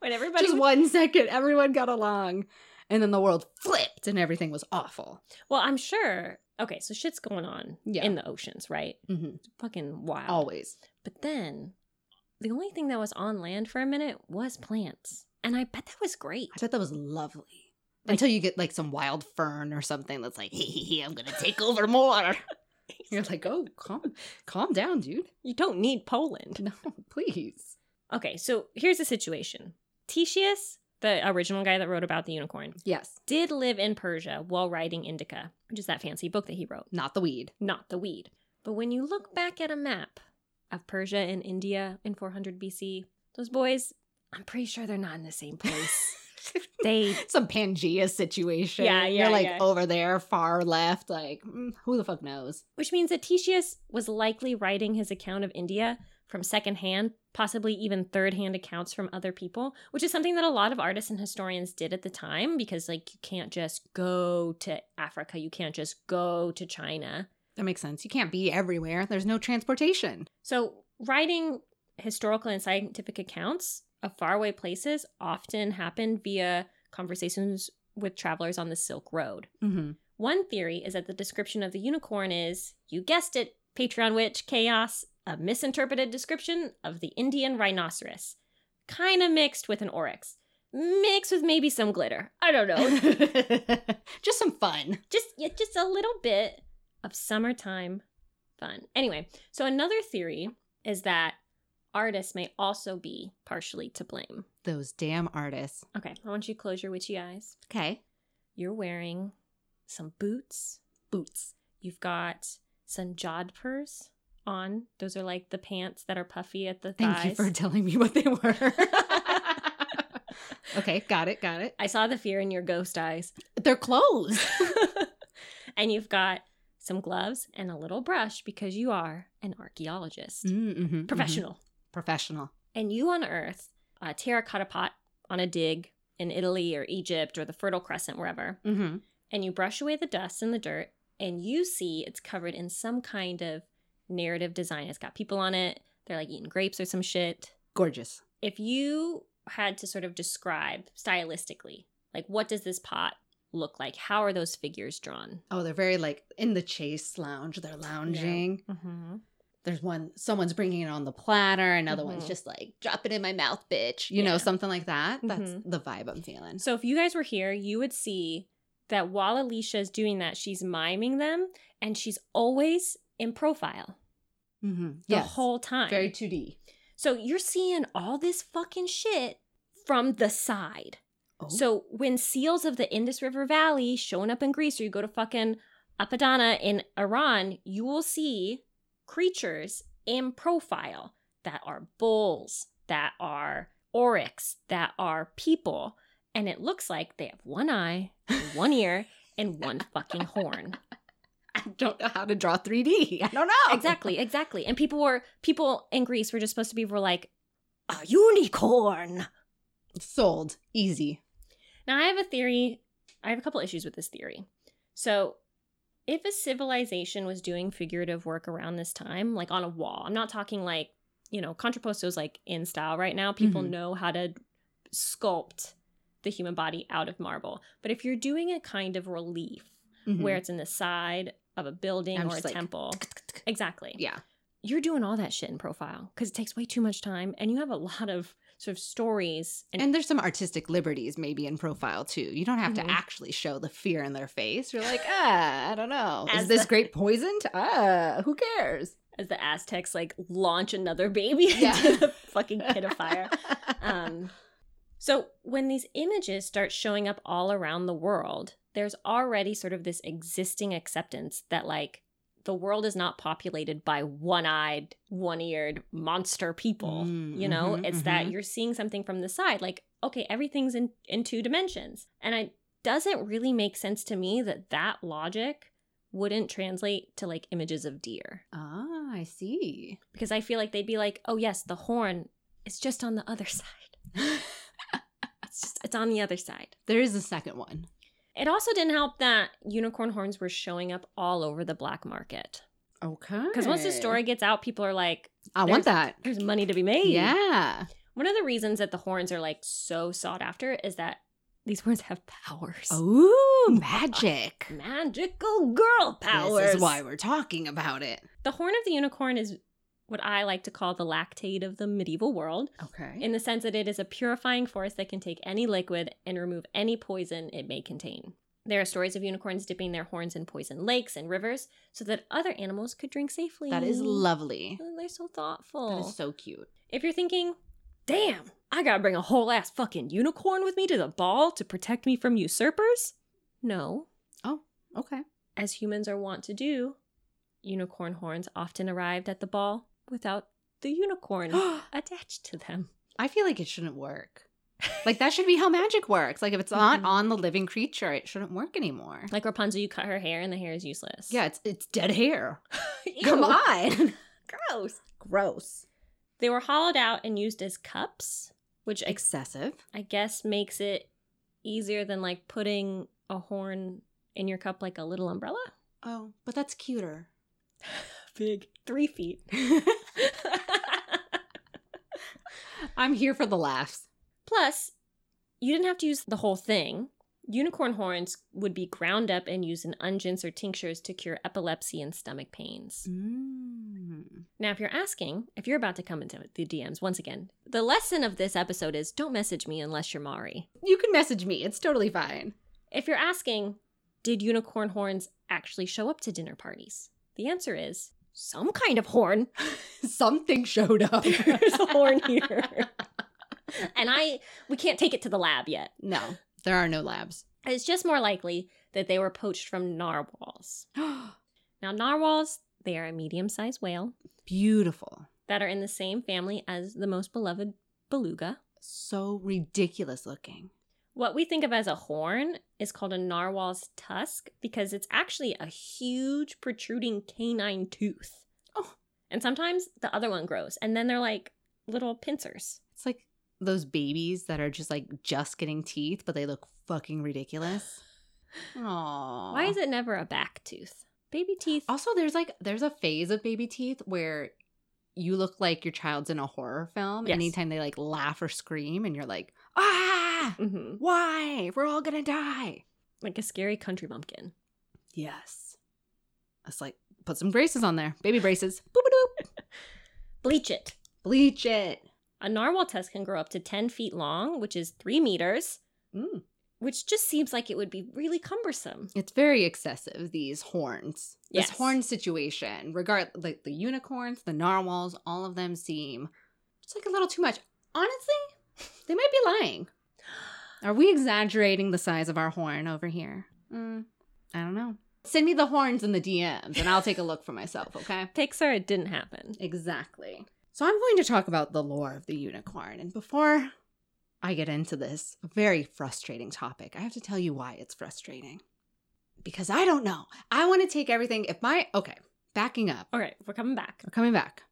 [SPEAKER 1] When everybody
[SPEAKER 2] Just one second, everyone got along. And then the world flipped and everything was awful.
[SPEAKER 1] Well, I'm sure. Okay, so shit's going on
[SPEAKER 2] Yeah.
[SPEAKER 1] in the oceans, right?
[SPEAKER 2] Mm-hmm.
[SPEAKER 1] Fucking wild.
[SPEAKER 2] Always.
[SPEAKER 1] But then the only thing that was on land for a minute was plants. And I bet that was great.
[SPEAKER 2] I bet that was lovely.
[SPEAKER 1] Like-
[SPEAKER 2] Until you get like some wild fern or something that's like, hey, hey, hey, I'm gonna take over more. You're like, oh, calm, calm down, dude.
[SPEAKER 1] You don't need Poland.
[SPEAKER 2] No, please.
[SPEAKER 1] Okay, so here's the situation. Titius, the original guy that wrote about the unicorn,
[SPEAKER 2] Yes,
[SPEAKER 1] did live in Persia while writing Indica, which is that fancy book that he wrote,
[SPEAKER 2] not the weed.
[SPEAKER 1] not the weed. But when you look back at a map of Persia and India in 400 BC, those boys, I'm pretty sure they're not in the same place. they
[SPEAKER 2] some Pangea situation.
[SPEAKER 1] Yeah, yeah,
[SPEAKER 2] You're like
[SPEAKER 1] yeah.
[SPEAKER 2] over there, far left. Like, mm, who the fuck knows?
[SPEAKER 1] which means that Titius was likely writing his account of India from secondhand, possibly even third-hand accounts from other people, which is something that a lot of artists and historians did at the time because like you can't just go to Africa, you can't just go to China.
[SPEAKER 2] That makes sense. You can't be everywhere. There's no transportation.
[SPEAKER 1] So, writing historical and scientific accounts of faraway places often happened via conversations with travelers on the Silk Road.
[SPEAKER 2] Mm-hmm.
[SPEAKER 1] One theory is that the description of the unicorn is, you guessed it, Patreon witch, chaos, a misinterpreted description of the Indian rhinoceros. Kind of mixed with an oryx. Mixed with maybe some glitter. I don't know.
[SPEAKER 2] Just some fun.
[SPEAKER 1] just yeah, just a little bit of summertime fun. Anyway, so another theory is that artists may also be partially to blame.
[SPEAKER 2] Those damn artists.
[SPEAKER 1] Okay, I want you to close your witchy eyes.
[SPEAKER 2] Okay.
[SPEAKER 1] You're wearing some boots.
[SPEAKER 2] Boots.
[SPEAKER 1] You've got some jodhpurs on. Those are like the pants that are puffy at the
[SPEAKER 2] Thank you
[SPEAKER 1] thighs.
[SPEAKER 2] for telling me what they were. okay, got it, got it.
[SPEAKER 1] I saw the fear in your ghost eyes.
[SPEAKER 2] They're clothes.
[SPEAKER 1] and you've got some gloves and a little brush because you are an archaeologist,
[SPEAKER 2] Mm-hmm.
[SPEAKER 1] professional.
[SPEAKER 2] Professional.
[SPEAKER 1] And you unearth a terracotta pot on a dig in Italy or Egypt or the Fertile Crescent, wherever.
[SPEAKER 2] Mm-hmm.
[SPEAKER 1] and you brush away the dust and the dirt, and you see it's covered in some kind of narrative design. It's got people on it, they're like eating grapes or some shit.
[SPEAKER 2] Gorgeous.
[SPEAKER 1] If you had to sort of describe stylistically, like what does this pot look like? How are those figures drawn?
[SPEAKER 2] Oh, they're very like in the chase lounge. They're lounging.
[SPEAKER 1] Mm-hmm.
[SPEAKER 2] there's one someone's bringing it on the platter another one's
[SPEAKER 1] Mhm.
[SPEAKER 2] just like drop it in my mouth bitch you
[SPEAKER 1] Yeah.
[SPEAKER 2] know something like that that's
[SPEAKER 1] Mhm.
[SPEAKER 2] the vibe i'm feeling
[SPEAKER 1] So if you guys were here, you would see that while Alicia is doing that, she's miming them, and she's always in profile
[SPEAKER 2] mm-hmm.
[SPEAKER 1] the whole time.
[SPEAKER 2] very 2d
[SPEAKER 1] So you're seeing all this fucking shit from the side.
[SPEAKER 2] Oh.
[SPEAKER 1] So when seals of the Indus River Valley showing up in Greece, or you go to fucking Apadana in Iran, you will see creatures in profile that are bulls, that are oryx, that are people, and it looks like they have one eye, one ear, and one fucking horn.
[SPEAKER 2] i don't know how to draw 3d i don't know
[SPEAKER 1] Exactly, exactly. And people were people in Greece were just supposed to be were like a unicorn.
[SPEAKER 2] sold easy
[SPEAKER 1] Now, I have a theory. I have a couple issues with this theory. So, if a civilization was doing figurative work around this time, like on a wall, I'm not talking like, you know, contrapposto's like in style right now. People
[SPEAKER 2] Mhm.
[SPEAKER 1] know how to sculpt the human body out of marble. But if you're doing a kind of relief
[SPEAKER 2] Mhm.
[SPEAKER 1] where it's in the side of a building
[SPEAKER 2] I'm
[SPEAKER 1] or a
[SPEAKER 2] just like-
[SPEAKER 1] temple,
[SPEAKER 2] Mm-hmm.
[SPEAKER 1] exactly.
[SPEAKER 2] yeah
[SPEAKER 1] You're doing all that shit in profile because it takes way too much time and you have a lot of sort of stories and
[SPEAKER 2] and there's some artistic liberties maybe in profile too you don't have
[SPEAKER 1] Mhm.
[SPEAKER 2] to actually show the fear in their face you're like ah i don't know
[SPEAKER 1] As
[SPEAKER 2] is this
[SPEAKER 1] the-
[SPEAKER 2] great poison to, ah who cares
[SPEAKER 1] as the Aztecs like launch another baby
[SPEAKER 2] Yeah.
[SPEAKER 1] into the fucking pit of fire. Um, so when these images start showing up all around the world, there's already sort of this existing acceptance that like the world is not populated by one-eyed, one-eared monster people.
[SPEAKER 2] Mm,
[SPEAKER 1] you know,
[SPEAKER 2] mhm,
[SPEAKER 1] it's that
[SPEAKER 2] mhm.
[SPEAKER 1] you're seeing something from the side, like okay, everything's in in two dimensions, and it doesn't really make sense to me that that logic wouldn't translate to like images of deer
[SPEAKER 2] ah i see
[SPEAKER 1] because I feel like they'd be like, "Oh yes, the horn is just on the other side. It's just it's on the other side."
[SPEAKER 2] there is a second one
[SPEAKER 1] It also didn't help that unicorn horns were showing up all over the black market.
[SPEAKER 2] Okay.
[SPEAKER 1] Because once the story gets out, people are like,
[SPEAKER 2] I
[SPEAKER 1] there's-
[SPEAKER 2] want that.
[SPEAKER 1] there's money to be made.
[SPEAKER 2] Yeah.
[SPEAKER 1] One of the reasons that the horns are like so sought after is that these horns have powers.
[SPEAKER 2] Oh. Ooh, magic.
[SPEAKER 1] Magical girl powers.
[SPEAKER 2] This is why we're talking about it.
[SPEAKER 1] The horn of the unicorn is what I like to call the lactate of the medieval world,
[SPEAKER 2] Okay.
[SPEAKER 1] in the sense that it is a purifying force that can take any liquid and remove any poison it may contain. There are stories of unicorns dipping their horns in poison lakes and rivers so that other animals could drink safely.
[SPEAKER 2] that is lovely.
[SPEAKER 1] Oh, They're so thoughtful.
[SPEAKER 2] That is so cute.
[SPEAKER 1] if you're thinking, damn, I gotta bring a whole ass fucking unicorn with me to the ball to protect me from usurpers, no.
[SPEAKER 2] Okay.
[SPEAKER 1] As humans are wont to do, unicorn horns often arrived at the ball without the unicorn attached to them.
[SPEAKER 2] I feel like it shouldn't work. Like that should be how magic works. Like if it's not
[SPEAKER 1] Mhm.
[SPEAKER 2] on the living creature, it shouldn't work anymore.
[SPEAKER 1] Like Rapunzel, you cut her hair and the hair is useless.
[SPEAKER 2] Yeah, it's it's dead hair.
[SPEAKER 1] Ew,
[SPEAKER 2] Come on.
[SPEAKER 1] Gross.
[SPEAKER 2] Gross.
[SPEAKER 1] They were hollowed out and used as cups, which I,
[SPEAKER 2] Excessive.
[SPEAKER 1] I guess makes it easier than like putting a horn in your cup like a little umbrella.
[SPEAKER 2] Oh, but that's cuter.
[SPEAKER 1] Big. Three feet.
[SPEAKER 2] I'm here for the laughs.
[SPEAKER 1] Plus, you didn't have to use the whole thing. Unicorn horns would be ground up and used in unguents or tinctures to cure epilepsy and stomach pains.
[SPEAKER 2] Mm.
[SPEAKER 1] Now, if you're asking, if you're about to come into the DMs once again, the lesson of this episode is don't message me unless you're Mari.
[SPEAKER 2] You can message me. It's totally fine.
[SPEAKER 1] If you're asking, did unicorn horns actually show up to dinner parties? The answer is some kind of horn.
[SPEAKER 2] Something showed up.
[SPEAKER 1] There's a horn here. and I we can't take it to the lab yet.
[SPEAKER 2] No, there are no labs.
[SPEAKER 1] It's just more likely that they were poached from narwhals. Now, narwhals, they are a medium sized whale
[SPEAKER 2] Beautiful.
[SPEAKER 1] that are in the same family as the most beloved beluga.
[SPEAKER 2] So ridiculous looking.
[SPEAKER 1] What we think of as a horn is called a narwhal's tusk because it's actually a huge protruding canine tooth.
[SPEAKER 2] Oh.
[SPEAKER 1] And sometimes the other one grows, and then they're like little pincers.
[SPEAKER 2] It's like those babies that are just like just getting teeth, but they look fucking ridiculous. Aww.
[SPEAKER 1] Why is it never a back tooth? Baby teeth.
[SPEAKER 2] Also, there's like there's a phase of baby teeth where you look like your child's in a horror film.
[SPEAKER 1] Yes.
[SPEAKER 2] Anytime they like laugh or scream, and you're like, ah,
[SPEAKER 1] Mhm.
[SPEAKER 2] why? We're all gonna die.
[SPEAKER 1] Like a scary country bumpkin.
[SPEAKER 2] Yes. It's like put some braces on there, baby braces. Boop a doop.
[SPEAKER 1] Bleach it.
[SPEAKER 2] Bleach it.
[SPEAKER 1] A narwhal tusk can grow up to 10 feet long, which is 3 meters,
[SPEAKER 2] Mm.
[SPEAKER 1] which just seems like it would be really cumbersome.
[SPEAKER 2] It's very excessive. These horns.
[SPEAKER 1] Yes.
[SPEAKER 2] This horn situation, regard like the unicorns, the narwhals, all of them seem it's like a little too much. Honestly, they might be lying. Are we exaggerating the size of our horn over here? Mm, I don't know. Send me the horns in the DMs, and I'll take a look for myself. Okay.
[SPEAKER 1] Pixar, it didn't happen.
[SPEAKER 2] Exactly. So I'm going to talk about the lore of the unicorn. And before I get into this very frustrating topic, I have to tell you why it's frustrating. Because I don't know. I want to take everything. If my, okay, backing up,
[SPEAKER 1] All right, we're coming back.
[SPEAKER 2] we're coming back.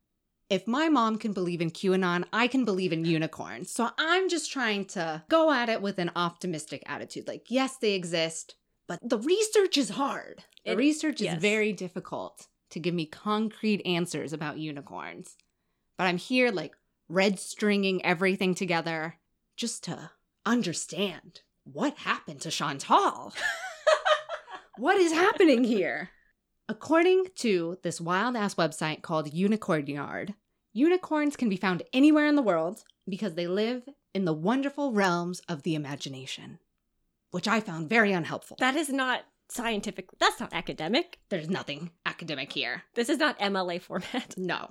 [SPEAKER 2] If my mom can believe in QAnon, I can believe in unicorns. So I'm just trying to go at it with an optimistic attitude. Like, yes, they exist, but the research is hard. The
[SPEAKER 1] It-
[SPEAKER 2] research
[SPEAKER 1] yes.
[SPEAKER 2] is very difficult to give me concrete answers about unicorns. But I'm here, like, red stringing everything together just to understand what happened to Chantal. what is happening here? According to this wild ass website called Unicorn Yard, unicorns can be found anywhere in the world because they live in the wonderful realms of the imagination, which I found very unhelpful.
[SPEAKER 1] That is not scientific. That's not academic.
[SPEAKER 2] There's nothing academic here.
[SPEAKER 1] This is not MLA format.
[SPEAKER 2] No.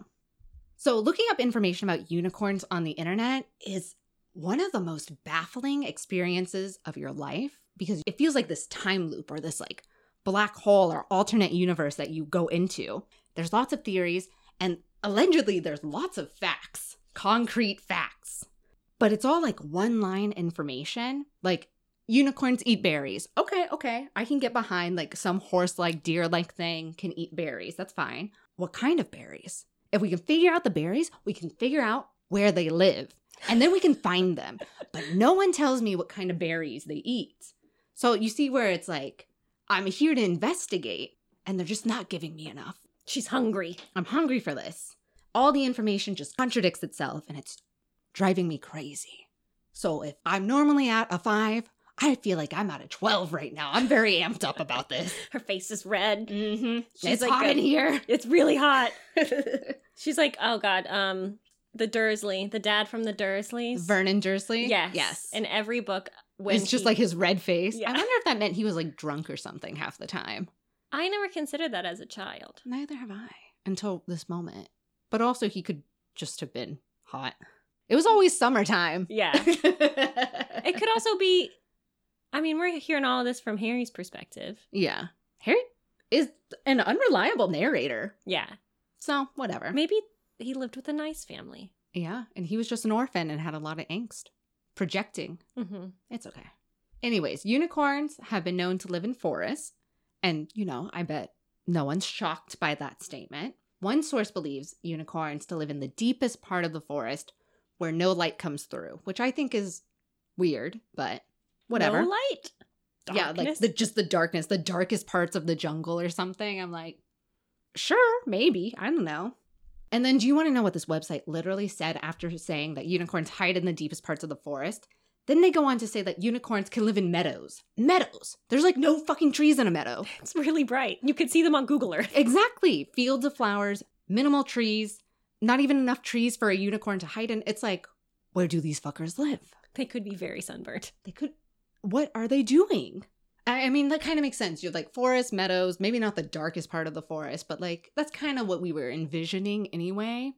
[SPEAKER 2] So, looking up information about unicorns on the internet is one of the most baffling experiences of your life because it feels like this time loop or this like black hole or alternate universe that you go into. There's lots of theories, and allegedly, there's lots of facts, concrete facts. But it's all like one line information. Like, unicorns eat berries. Okay, okay. I can get behind like some horse like, deer like thing can eat berries. That's fine what kind of berries. If we can figure out the berries, we can figure out where they live and then we can find them. But no one tells me what kind of berries they eat. So you see where it's like, I'm here to investigate and they're just not giving me enough.
[SPEAKER 1] She's hungry.
[SPEAKER 2] I'm hungry for this. All the information just contradicts itself and it's driving me crazy. So if I'm normally at a five, I feel like I'm at a 12 right now. I'm very amped up about this.
[SPEAKER 1] Her face is red.
[SPEAKER 2] Mm-hmm.
[SPEAKER 1] She's
[SPEAKER 2] it's
[SPEAKER 1] like
[SPEAKER 2] hot
[SPEAKER 1] a-
[SPEAKER 2] in here.
[SPEAKER 1] It's really hot. She's like, oh god, um, the Dursley, the dad from the Dursleys.
[SPEAKER 2] Vernon Dursley?
[SPEAKER 1] Yes.
[SPEAKER 2] Yes.
[SPEAKER 1] In every book, when
[SPEAKER 2] it's just
[SPEAKER 1] he-
[SPEAKER 2] like his red face.
[SPEAKER 1] Yeah.
[SPEAKER 2] I wonder if that meant he was like drunk or something half the time.
[SPEAKER 1] I never considered that as a child.
[SPEAKER 2] Neither have I until this moment. But also, he could just have been hot. It was always summertime.
[SPEAKER 1] Yeah. it
[SPEAKER 2] it
[SPEAKER 1] could also be. I mean, we're hearing all of this from Harry's perspective.
[SPEAKER 2] Yeah. Harry is an unreliable narrator.
[SPEAKER 1] Yeah,
[SPEAKER 2] So, whatever.
[SPEAKER 1] maybe he lived with a nice family.
[SPEAKER 2] Yeah. And he was just an orphan and had a lot of angst. Projecting.
[SPEAKER 1] hmm
[SPEAKER 2] It's okay. Anyways, unicorns have been known to live in forests. And, you know, I bet no one's shocked by that statement. One source believes unicorns to live in the deepest part of the forest where no light comes through, which I think is weird, but whatever.
[SPEAKER 1] No light.
[SPEAKER 2] Yeah, like
[SPEAKER 1] Darkness?
[SPEAKER 2] the just the darkness, the darkest parts of the jungle or something. I'm like, sure, maybe. I don't know. And then do you want to know what this website literally said after saying that unicorns hide in the deepest parts of the forest? Then they go on to say that unicorns can live in meadows. Meadows. There's like no fucking trees in a meadow.
[SPEAKER 1] it's really bright. You could see them on Google Earth.
[SPEAKER 2] Exactly. Fields of flowers, minimal trees, not even enough trees for a unicorn to hide in. It's like, where do these fuckers live?
[SPEAKER 1] They could be very sunburnt.
[SPEAKER 2] they could what are they doing i, I mean that kind of makes sense you're like forest meadows maybe not the darkest part of the forest but like that's kind of what we were envisioning anyway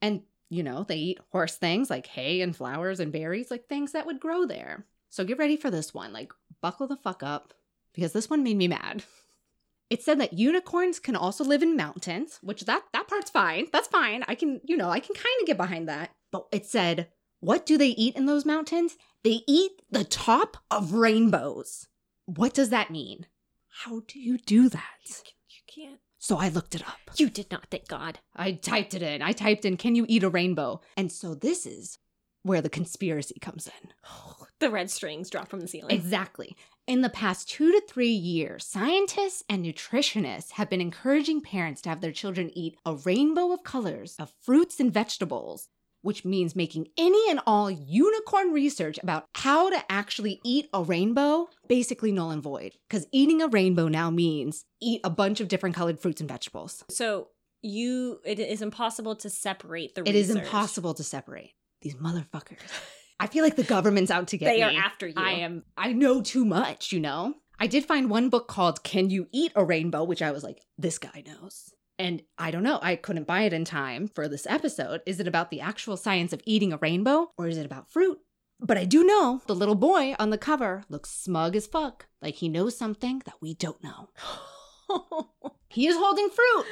[SPEAKER 2] and you know they eat horse things like hay and flowers and berries like things that would grow there so get ready for this one like buckle the fuck up because this one made me mad it said that unicorns can also live in mountains which that that part's fine that's fine i can you know i can kind of get behind that but it said what do they eat in those mountains they eat the top of rainbows. What does that mean? How do you do that?
[SPEAKER 1] You can't.
[SPEAKER 2] So I looked it up.
[SPEAKER 1] You did not. Thank God.
[SPEAKER 2] I typed it in. I typed in, can you eat a rainbow? And so this is where the conspiracy comes in.
[SPEAKER 1] The red strings drop from the ceiling.
[SPEAKER 2] Exactly. In the past two to three years, scientists and nutritionists have been encouraging parents to have their children eat a rainbow of colors of fruits and vegetables, which means making any and all unicorn research about how to actually eat a rainbow basically null and void. Because eating a rainbow now means eat a bunch of different colored fruits and vegetables.
[SPEAKER 1] So you, it is impossible to separate the.
[SPEAKER 2] It is
[SPEAKER 1] research.
[SPEAKER 2] impossible to separate these motherfuckers. I feel like the government's out to get
[SPEAKER 1] They
[SPEAKER 2] me.
[SPEAKER 1] are after you.
[SPEAKER 2] I am. I know too much, you know? I did find one book called Can You Eat a Rainbow, which I was like, this guy knows. And I don't know, I couldn't buy it in time for this episode. Is it about the actual science of eating a rainbow or is it about fruit? But I do know the little boy on the cover looks smug as fuck, like he knows something that we don't know. He is holding fruit,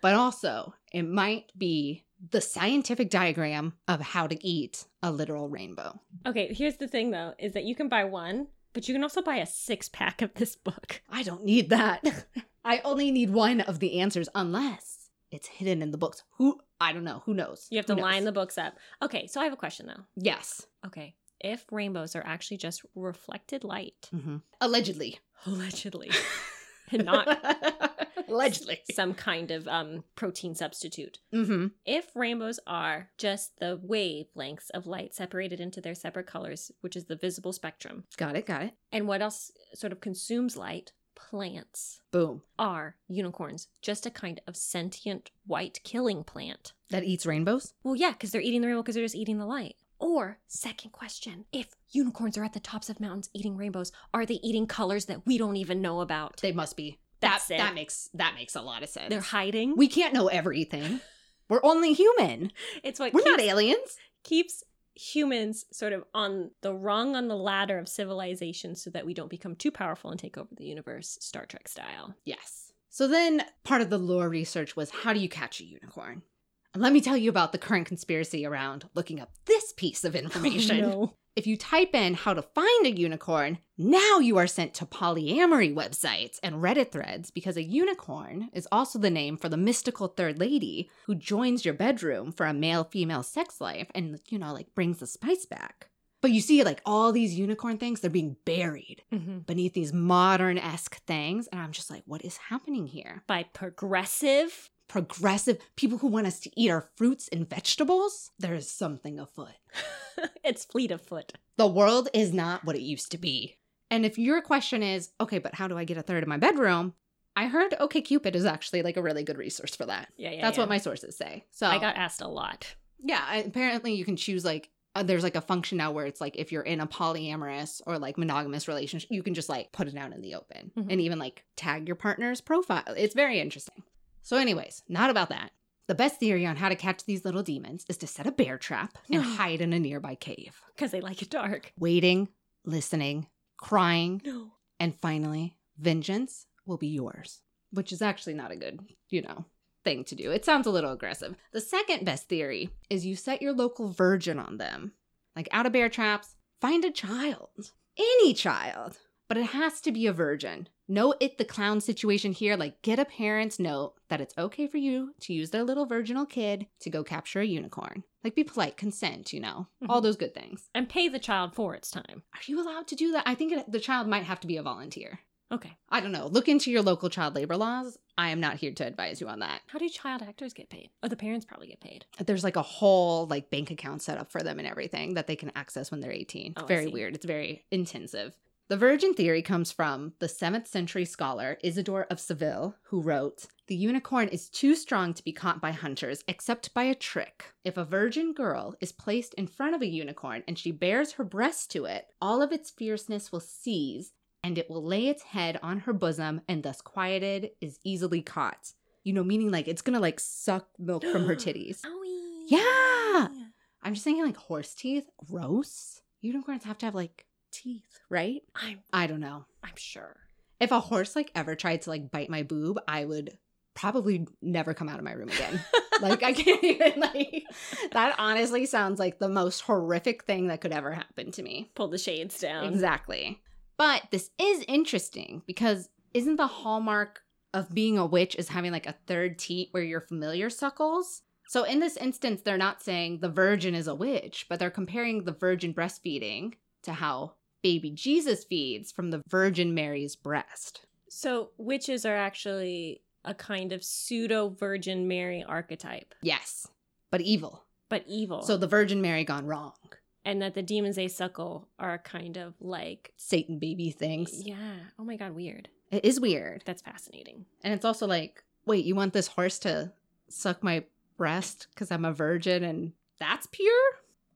[SPEAKER 2] but also it might be the scientific diagram of how to eat a literal rainbow.
[SPEAKER 1] okay. Here's the thing, though, is that you can buy one, but you can also buy a six pack of this book.
[SPEAKER 2] I don't need that. I only need one of the answers unless it's hidden in the books. Who I don't know. Who knows?
[SPEAKER 1] You have to line the books up. Okay, so I have a question though.
[SPEAKER 2] Yes.
[SPEAKER 1] Okay, if rainbows are actually just reflected light,
[SPEAKER 2] Allegedly.
[SPEAKER 1] allegedly, and not
[SPEAKER 2] Allegedly.
[SPEAKER 1] some kind of um, protein substitute,
[SPEAKER 2] Mm-hmm.
[SPEAKER 1] if rainbows are just the wavelengths of light separated into their separate colors, which is the visible spectrum,
[SPEAKER 2] Got it. Got it.
[SPEAKER 1] and what else sort of consumes light? Plants
[SPEAKER 2] Boom.
[SPEAKER 1] are unicorns, just a kind of sentient white killing plant.
[SPEAKER 2] That eats rainbows.
[SPEAKER 1] Well, yeah, because they're eating the rainbow because they're just eating the light. Or, second question if unicorns are at the tops of mountains eating rainbows, are they eating colors that we don't even know about?
[SPEAKER 2] They must be.
[SPEAKER 1] That's
[SPEAKER 2] that,
[SPEAKER 1] it.
[SPEAKER 2] That makes that makes a lot of sense.
[SPEAKER 1] They're hiding.
[SPEAKER 2] we can't know everything. We're only human.
[SPEAKER 1] it's what
[SPEAKER 2] We're
[SPEAKER 1] keeps,
[SPEAKER 2] not aliens.
[SPEAKER 1] keeps humans sort of on the rung on the ladder of civilization so that we don't become too powerful and take over the universe, Star Trek style.
[SPEAKER 2] Oh, Yes. So then part of the lore research was how do you catch a unicorn? And let me tell you about the current conspiracy around looking up this piece of information.
[SPEAKER 1] no.
[SPEAKER 2] If you type in how to find a unicorn, now you are sent to polyamory websites and Reddit threads because a unicorn is also the name for the mystical third lady who joins your bedroom for a male female sex life and, you know, like brings the spice back. But you see, like all these unicorn things, they're being buried
[SPEAKER 1] Mm-hmm.
[SPEAKER 2] beneath these modern esque things. And I'm just like, what is happening here?
[SPEAKER 1] By progressive.
[SPEAKER 2] Progressive people who want us to eat our fruits and vegetables? There is something afoot.
[SPEAKER 1] it's fleet of foot.
[SPEAKER 2] The world is not what it used to be. And if your question is, okay, but how do I get a third in my bedroom? I heard OKCupid is actually like a really good resource for that.
[SPEAKER 1] Yeah, yeah.
[SPEAKER 2] That's
[SPEAKER 1] yeah.
[SPEAKER 2] what my sources say. So
[SPEAKER 1] I got asked a lot.
[SPEAKER 2] Yeah, I- apparently you can choose like uh, there's like a function now where it's like if you're in a polyamorous or like monogamous relationship, you can just like put it out in the open
[SPEAKER 1] Mhm.
[SPEAKER 2] and even like tag your partner's profile. It's very interesting. So, anyways, not about that. The best theory on how to catch these little demons is to set a bear trap and hide in a nearby cave,
[SPEAKER 1] Because they like it dark.
[SPEAKER 2] waiting, listening, crying,
[SPEAKER 1] No.
[SPEAKER 2] and finally, vengeance will be yours, which is actually not a good, you know, thing to do. It sounds a little aggressive. The second best theory is you set your local virgin on them, like out of bear traps, find a child, any child, but it has to be a virgin. No, it the clown situation here. Like, get a parent's note that it's okay for you to use their little virginal kid to go capture a unicorn. Like, be polite, consent, you know, all
[SPEAKER 1] Mhm.
[SPEAKER 2] those good things.
[SPEAKER 1] And pay the child for its time.
[SPEAKER 2] Are you allowed to do that? I think it, the child might have to be a volunteer.
[SPEAKER 1] Okay.
[SPEAKER 2] I don't know. Look into your local child labor laws. I am not here to advise you on that.
[SPEAKER 1] How do child actors get paid? Oh, the parents probably get paid.
[SPEAKER 2] There's like a whole like bank account set up for them and everything that they can access when they're 18. It's
[SPEAKER 1] Oh, I
[SPEAKER 2] very
[SPEAKER 1] see.
[SPEAKER 2] weird. It's very intensive. The virgin theory comes from the 7th century scholar Isidore of Seville, who wrote, "The unicorn is too strong to be caught by hunters except by a trick. If a virgin girl is placed in front of a unicorn and she bares her breast to it, all of its fierceness will seize and it will lay its head on her bosom and thus quieted is easily caught. You know, meaning like it's gonna like suck milk from her titties.
[SPEAKER 1] Owie.
[SPEAKER 2] Yeah. I'm just thinking like horse teeth, gross. Unicorns have to have like teeth, right?
[SPEAKER 1] I'm
[SPEAKER 2] I don't know.
[SPEAKER 1] I'm sure.
[SPEAKER 2] If a horse like ever tried to like bite my boob, I would probably never come out of my room again. like I can't even like that honestly sounds like the most horrific thing that could ever happen to me.
[SPEAKER 1] Pull the shades down.
[SPEAKER 2] Exactly. But this is interesting because isn't the hallmark of being a witch is having like a third teat where your familiar suckles? So in this instance, they're not saying the virgin is a witch, but they're comparing the virgin breastfeeding to how baby Jesus feeds from the Virgin Mary's breast.
[SPEAKER 1] So witches are actually a kind of pseudo Virgin Mary archetype,
[SPEAKER 2] Yes, but evil.
[SPEAKER 1] but evil.
[SPEAKER 2] So the Virgin Mary gone wrong.
[SPEAKER 1] and that the demons they suckle are kind of like
[SPEAKER 2] Satan baby things.
[SPEAKER 1] yeah. Oh my god, weird.
[SPEAKER 2] It is weird.
[SPEAKER 1] That's fascinating.
[SPEAKER 2] And it's also like, wait, you want this horse to suck my breast because I'm a virgin and that's pure?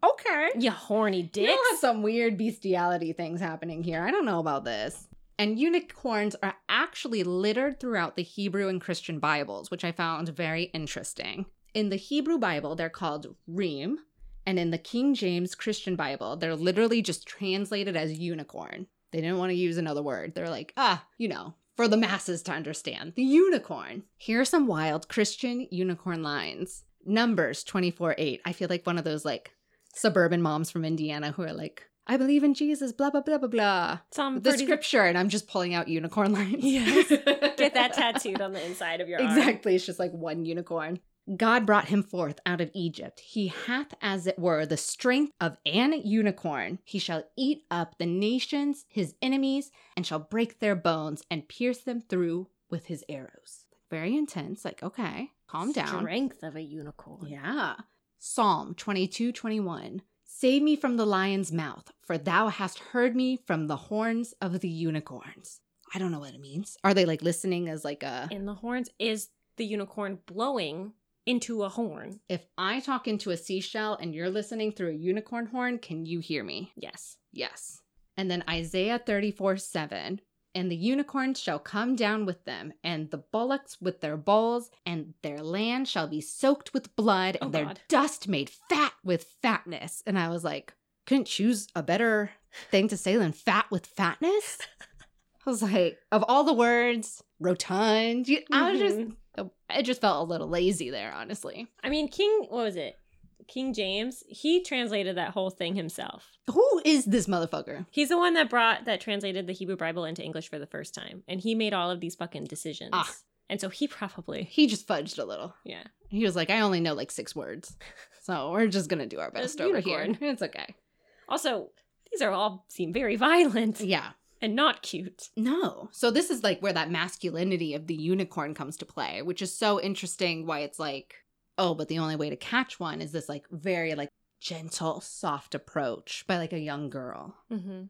[SPEAKER 2] Okay.
[SPEAKER 1] You horny
[SPEAKER 2] You
[SPEAKER 1] dicks.
[SPEAKER 2] don't have some weird bestiality things happening here. I don't know about this. And unicorns are actually littered throughout the Hebrew and Christian Bibles, which I found very interesting. In the Hebrew Bible, they're called reem, and in the King James Christian Bible, they're literally just translated as unicorn. They didn't want to use another word. They're like, ah, you know, for the masses to understand, the unicorn. Here are some wild Christian unicorn lines. Numbers 24 8. I feel like one of those like suburban moms from Indiana who are like, I believe in Jesus, blah, blah, blah, blah, blah.
[SPEAKER 1] Psalm
[SPEAKER 2] The
[SPEAKER 1] 30
[SPEAKER 2] scripture, and I'm just pulling out unicorn lines.
[SPEAKER 1] Yes. Get that tattooed on the inside of your arm.
[SPEAKER 2] Exactly. It's just like one unicorn. God brought him forth out of Egypt. He hath, as it were, the strength of an unicorn. He shall eat up the nations, his enemies, and shall break their bones and pierce them through with his arrows. Very intense. Like, okay, calm down.
[SPEAKER 1] Strength of a unicorn.
[SPEAKER 2] Yeah. Psalm 22 21. Save me from the lion's mouth, for thou hast heard me from the horns of the unicorns. I don't know what it means. Are they like listening as like a.
[SPEAKER 1] And the horns is the unicorn blowing into a horn.
[SPEAKER 2] If I talk into a seashell and you're listening through a unicorn horn, can you hear me?
[SPEAKER 1] Yes.
[SPEAKER 2] Yes. And then Isaiah 34 7. And the unicorns shall come down with them, and the bullocks with their bowls, and their land shall be soaked with blood, and
[SPEAKER 1] Oh,
[SPEAKER 2] their
[SPEAKER 1] God.
[SPEAKER 2] dust made fat with fatness. And I was like, couldn't choose a better thing to say than fat with fatness? I was like, of all the words, rotund. you- I was just,
[SPEAKER 1] Mhm.
[SPEAKER 2] I just felt a little lazy there, honestly.
[SPEAKER 1] I mean, King, what was it? King James, he translated that whole thing himself.
[SPEAKER 2] Who is this motherfucker?
[SPEAKER 1] He's the one that brought that translated the Hebrew Bible into English for the first time, and he made all of these fucking decisions.
[SPEAKER 2] Ah.
[SPEAKER 1] And so he probably,
[SPEAKER 2] He just fudged a little.
[SPEAKER 1] yeah,
[SPEAKER 2] He was like, I only know like six words. So we're just going to do our
[SPEAKER 1] Just
[SPEAKER 2] best over here.
[SPEAKER 1] unicorn.
[SPEAKER 2] It's okay.
[SPEAKER 1] Also, these are all seem very violent
[SPEAKER 2] Yeah.
[SPEAKER 1] and not cute.
[SPEAKER 2] No. So this is like where that masculinity of the unicorn comes to play, which is so interesting why it's like, oh, but the only way to catch one is this like very like gentle, soft approach by like a young girl.
[SPEAKER 1] Mm-hmm.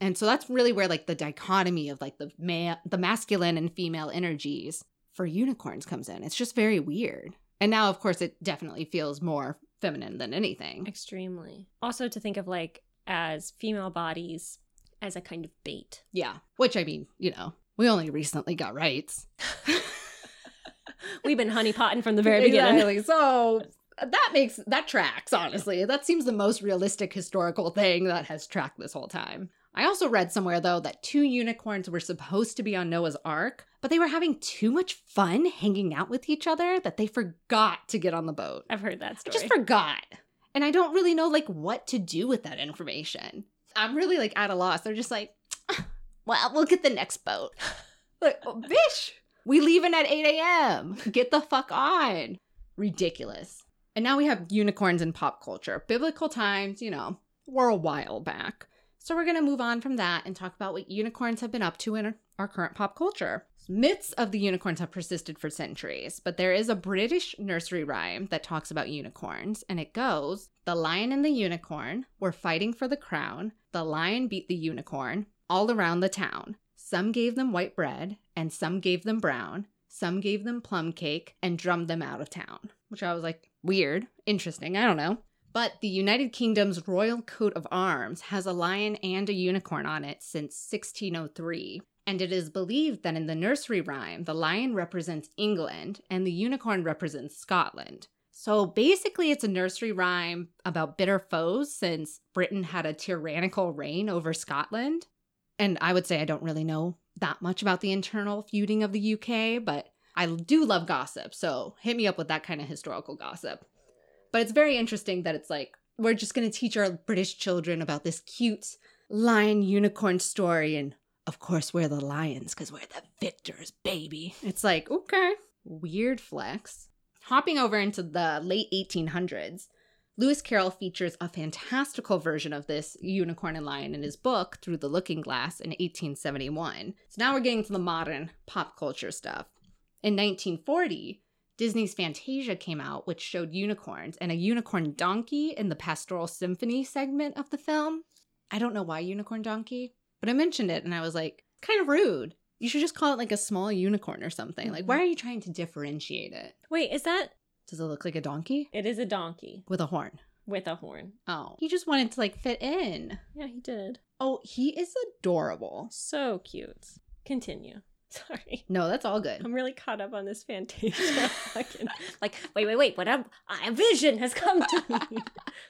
[SPEAKER 2] And so that's really where like the dichotomy of like the male the masculine and female energies for unicorns comes in. It's just very weird. And now of course it definitely feels more feminine than anything.
[SPEAKER 1] Extremely. Also, to think of like as female bodies as a kind of bait.
[SPEAKER 2] Yeah. Which I mean, you know, we only recently got rights.
[SPEAKER 1] We've been honey potting from the very beginning.
[SPEAKER 2] Exactly. So that makes that tracks, honestly. That seems the most realistic historical thing that has tracked this whole time. I also read somewhere though that two unicorns were supposed to be on Noah's Ark, but they were having too much fun hanging out with each other that they forgot to get on the boat.
[SPEAKER 1] I've heard that
[SPEAKER 2] I
[SPEAKER 1] story.
[SPEAKER 2] just forgot. And I don't really know like what to do with that information. I'm really like at a loss. They're just like, well, we'll get the next boat. like, oh, bish, we leaving at 8 a.m. Get the fuck on. Ridiculous. And now we have unicorns in pop culture. Biblical times, you know, we're a while back. So we're going to move on from that and talk about what unicorns have been up to in our current pop culture. Myths of the unicorns have persisted for centuries, but there is a British nursery rhyme that talks about unicorns, and it goes The lion and the unicorn were fighting for the crown. The lion beat the unicorn all around the town. Some gave them white bread, and some gave them brown. Some gave them plum cake and drummed them out of town. Which I was like, weird, interesting, I don't know. But the United Kingdom's royal coat of arms has a lion and a unicorn on it since 1603. And it is believed that in the nursery rhyme, the lion represents England and the unicorn represents Scotland. So basically, it's a nursery rhyme about bitter foes since Britain had a tyrannical reign over Scotland. And I would say I don't really know that much about the internal feuding of the UK, but I do love gossip. So hit me up with that kind of historical gossip. But it's very interesting that it's like, we're just going to teach our British children about this cute lion unicorn story. And of course, we're the lions because we're the victors, baby. It's like, okay, weird flex. Hopping over into the late 1800s, Lewis Carroll features a fantastical version of this unicorn and lion in his book, Through the Looking Glass, in 1871. So now we're getting to the modern pop culture stuff. In 1940, Disney's Fantasia came out, which showed unicorns and a unicorn donkey in the pastoral symphony segment of the film. I don't know why unicorn donkey, but I mentioned it and I was like, kind of rude. You should just call it like a small unicorn or something. Like, why are you trying to differentiate it?
[SPEAKER 1] Wait, is that?
[SPEAKER 2] Does it look like a donkey
[SPEAKER 1] It is a donkey
[SPEAKER 2] with a horn?
[SPEAKER 1] with a horn.
[SPEAKER 2] Oh, he just wanted to like fit in.
[SPEAKER 1] Yeah, he did.
[SPEAKER 2] Oh, he is adorable.
[SPEAKER 1] So cute. Continue. Sorry.
[SPEAKER 2] No, that's all good.
[SPEAKER 1] I'm really caught up on this Fantasia. fucking- like, wait, wait, wait. What a, a vision has come to me.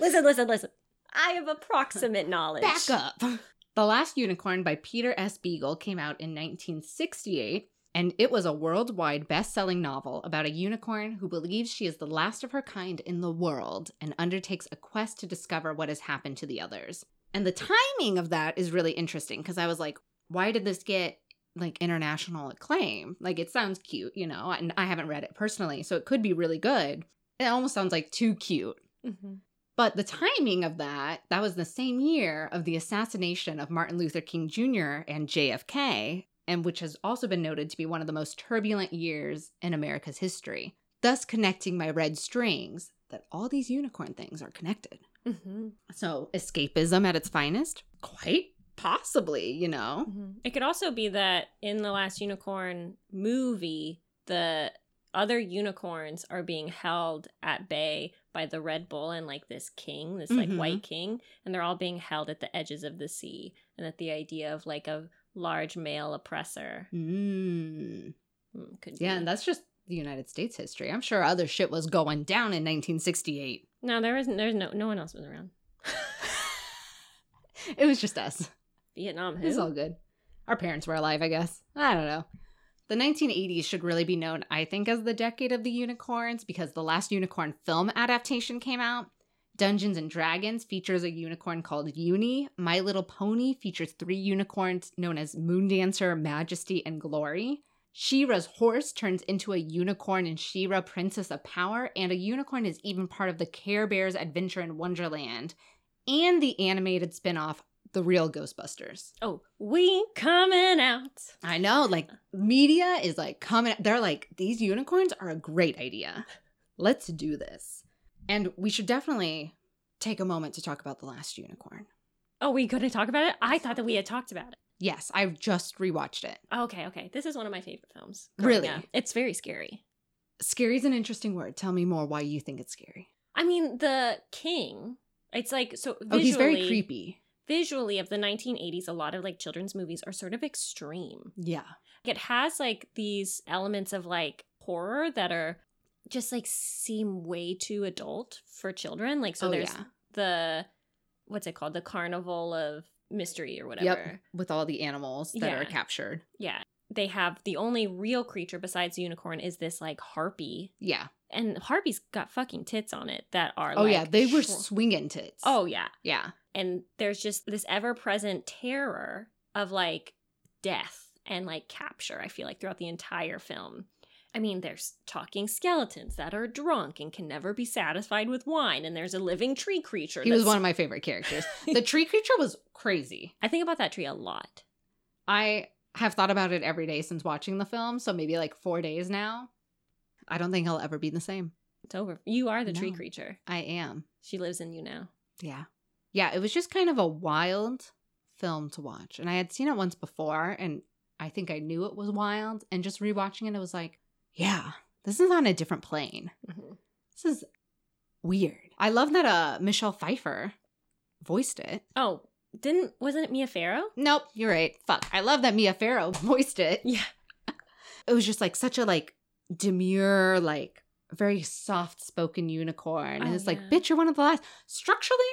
[SPEAKER 1] listen, listen, listen. I have approximate knowledge.
[SPEAKER 2] Back up. The Last Unicorn by Peter S. Beagle came out in 1968, and it was a worldwide best selling novel about a unicorn who believes she is the last of her kind in the world and undertakes a quest to discover what has happened to the others. And the timing of that is really interesting because I was like, why did this get like international acclaim? Like, it sounds cute, you know, and I haven't read it personally, so it could be really good. It almost sounds like too cute.
[SPEAKER 1] Mm-hmm.
[SPEAKER 2] But the timing of that, that was the same year of the assassination of Martin Luther King Jr. and JFK, and which has also been noted to be one of the most turbulent years in America's history, thus connecting my red strings that all these unicorn things are connected.
[SPEAKER 1] Mm-hmm.
[SPEAKER 2] So, escapism at its finest? Quite possibly, you know.
[SPEAKER 1] It could also be that in the last unicorn movie, the other unicorns are being held at bay by the Red Bull and like this king, this like
[SPEAKER 2] Mhm.
[SPEAKER 1] white king, and they're all being held at the edges of the sea. And that the idea of like a large male oppressor
[SPEAKER 2] Mm.
[SPEAKER 1] mm, could
[SPEAKER 2] Yeah,
[SPEAKER 1] be.
[SPEAKER 2] and that's just the United States history. I'm sure other shit was going down in 1968.
[SPEAKER 1] no, there isn't. There's no no one else was around.
[SPEAKER 2] It was just us.
[SPEAKER 1] Vietnam. Who?
[SPEAKER 2] It's all good. Our parents were alive, I guess. I don't know. The 1980s should really be known, I think, as the decade of the unicorns because the last unicorn film adaptation came out. Dungeons and Dragons features a unicorn called Uni. My Little Pony features three unicorns known as Moondancer, Majesty, and Glory. She-Ra's horse turns into a unicorn in She-Ra, Princess of Power, and a unicorn is even part of the Care Bears Adventure in Wonderland and the animated spin-off The Real Ghostbusters.
[SPEAKER 1] Oh, we coming out.
[SPEAKER 2] I know, like media is like coming they're like these unicorns are a great idea. Let's do this. And we should definitely take a moment to talk about The Last Unicorn.
[SPEAKER 1] Oh, we going to talk about it? I thought that we had talked about it.
[SPEAKER 2] Yes, I just rewatched it.
[SPEAKER 1] Okay, okay. This is one of my favorite films. growing
[SPEAKER 2] Really?
[SPEAKER 1] up. It's very scary.
[SPEAKER 2] Scary is an interesting word. Tell me more why you think it's scary.
[SPEAKER 1] I mean, the king, it's like so
[SPEAKER 2] Oh,
[SPEAKER 1] visually,
[SPEAKER 2] he's very creepy.
[SPEAKER 1] visually of the 1980s, a lot of like children's movies are sort of extreme.
[SPEAKER 2] Yeah.
[SPEAKER 1] It has like these elements of like horror that are just like seem way too adult for children. Like so
[SPEAKER 2] oh,
[SPEAKER 1] there's
[SPEAKER 2] yeah.
[SPEAKER 1] the what's it called? The carnival of mystery or
[SPEAKER 2] Yep.
[SPEAKER 1] whatever.
[SPEAKER 2] With all the animals that are
[SPEAKER 1] Yeah.
[SPEAKER 2] captured.
[SPEAKER 1] Yeah. They have the only real creature besides the unicorn is this like harpy.
[SPEAKER 2] Yeah.
[SPEAKER 1] And harpy's got fucking tits on it that are
[SPEAKER 2] Oh
[SPEAKER 1] like
[SPEAKER 2] yeah, they were
[SPEAKER 1] shri-
[SPEAKER 2] swinging tits.
[SPEAKER 1] Oh yeah.
[SPEAKER 2] yeah,
[SPEAKER 1] and there's just this ever-present terror of like death and like capture i feel like throughout the entire film i mean there's talking skeletons that are drunk and can never be satisfied with wine and there's a living tree creature
[SPEAKER 2] he was
[SPEAKER 1] that's-
[SPEAKER 2] one of my favorite characters. the tree creature was crazy.
[SPEAKER 1] i think about that tree a lot
[SPEAKER 2] I have thought about it every day since watching the film, so maybe like four days now. I don't think I'll ever be the same.
[SPEAKER 1] it's over you are the tree
[SPEAKER 2] No.
[SPEAKER 1] creature
[SPEAKER 2] I am.
[SPEAKER 1] she lives in you now
[SPEAKER 2] Yeah, yeah. It was just kind of a wild film to watch, and I had seen it once before, and I think I knew it was wild. And just rewatching it, it was like, yeah, this is on a different plane.
[SPEAKER 1] Mhm.
[SPEAKER 2] This is weird. I love that uh Michelle Pfeiffer voiced it.
[SPEAKER 1] oh didn't wasn't it mia farrow
[SPEAKER 2] Nope, you're right. Fuck. I love that Mia Farrow voiced it.
[SPEAKER 1] Yeah.
[SPEAKER 2] It was just like such a like demure, like very soft spoken unicorn. and
[SPEAKER 1] Oh,
[SPEAKER 2] it's like,
[SPEAKER 1] yeah.
[SPEAKER 2] bitch, you're one of the last. Structurally,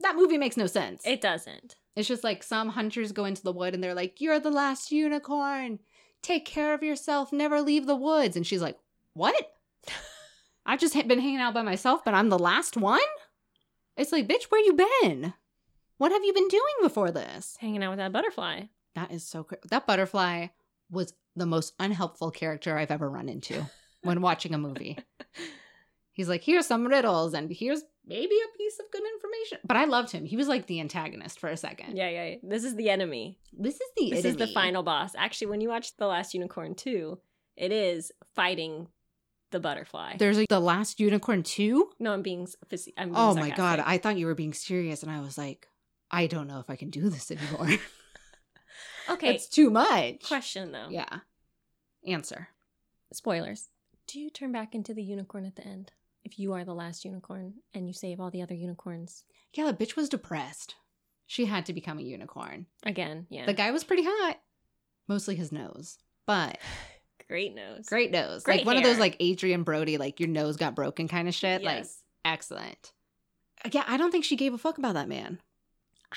[SPEAKER 2] that movie makes no sense.
[SPEAKER 1] it doesn't
[SPEAKER 2] it's just like some hunters go into the wood and they're like, You're the last unicorn. Take care of yourself. Never leave the woods. And she's like, What? I've just ha- been hanging out by myself, but I'm the last one? It's like, bitch, where you been? What have you been doing before this?
[SPEAKER 1] hanging out with that butterfly
[SPEAKER 2] That is so cr- that butterfly was the most unhelpful character I've ever run into when watching a movie. He's like, here's some riddles and here's maybe a piece of good information. But I loved him. He was like the antagonist for a second.
[SPEAKER 1] yeah yeah, yeah. this is the enemy
[SPEAKER 2] This is the
[SPEAKER 1] This is the
[SPEAKER 2] enemy.
[SPEAKER 1] final boss. Actually, when you watch The Last Unicorn 2, it is fighting the butterfly.
[SPEAKER 2] There's like the last unicorn too.
[SPEAKER 1] no, I'm being. faci- I'm being
[SPEAKER 2] Oh my god,
[SPEAKER 1] sarcastic.
[SPEAKER 2] I thought you were being serious and I was like, I don't know if I can do this anymore.
[SPEAKER 1] okay.
[SPEAKER 2] it's too much.
[SPEAKER 1] Question though.
[SPEAKER 2] Yeah. Answer.
[SPEAKER 1] Spoilers. Do you turn back into the unicorn at the end if you are the last unicorn and you save all the other unicorns
[SPEAKER 2] Yeah, the bitch was depressed. She had to become a unicorn.
[SPEAKER 1] again? Yeah.
[SPEAKER 2] The guy was pretty hot. Mostly his nose, but
[SPEAKER 1] Great nose.
[SPEAKER 2] great nose.
[SPEAKER 1] Great
[SPEAKER 2] like one of those
[SPEAKER 1] hair.
[SPEAKER 2] like Adrian Brody, like your nose got broken kind of shit.
[SPEAKER 1] Yes.
[SPEAKER 2] Like excellent. Uh, Yeah, I don't think she gave a fuck about that man,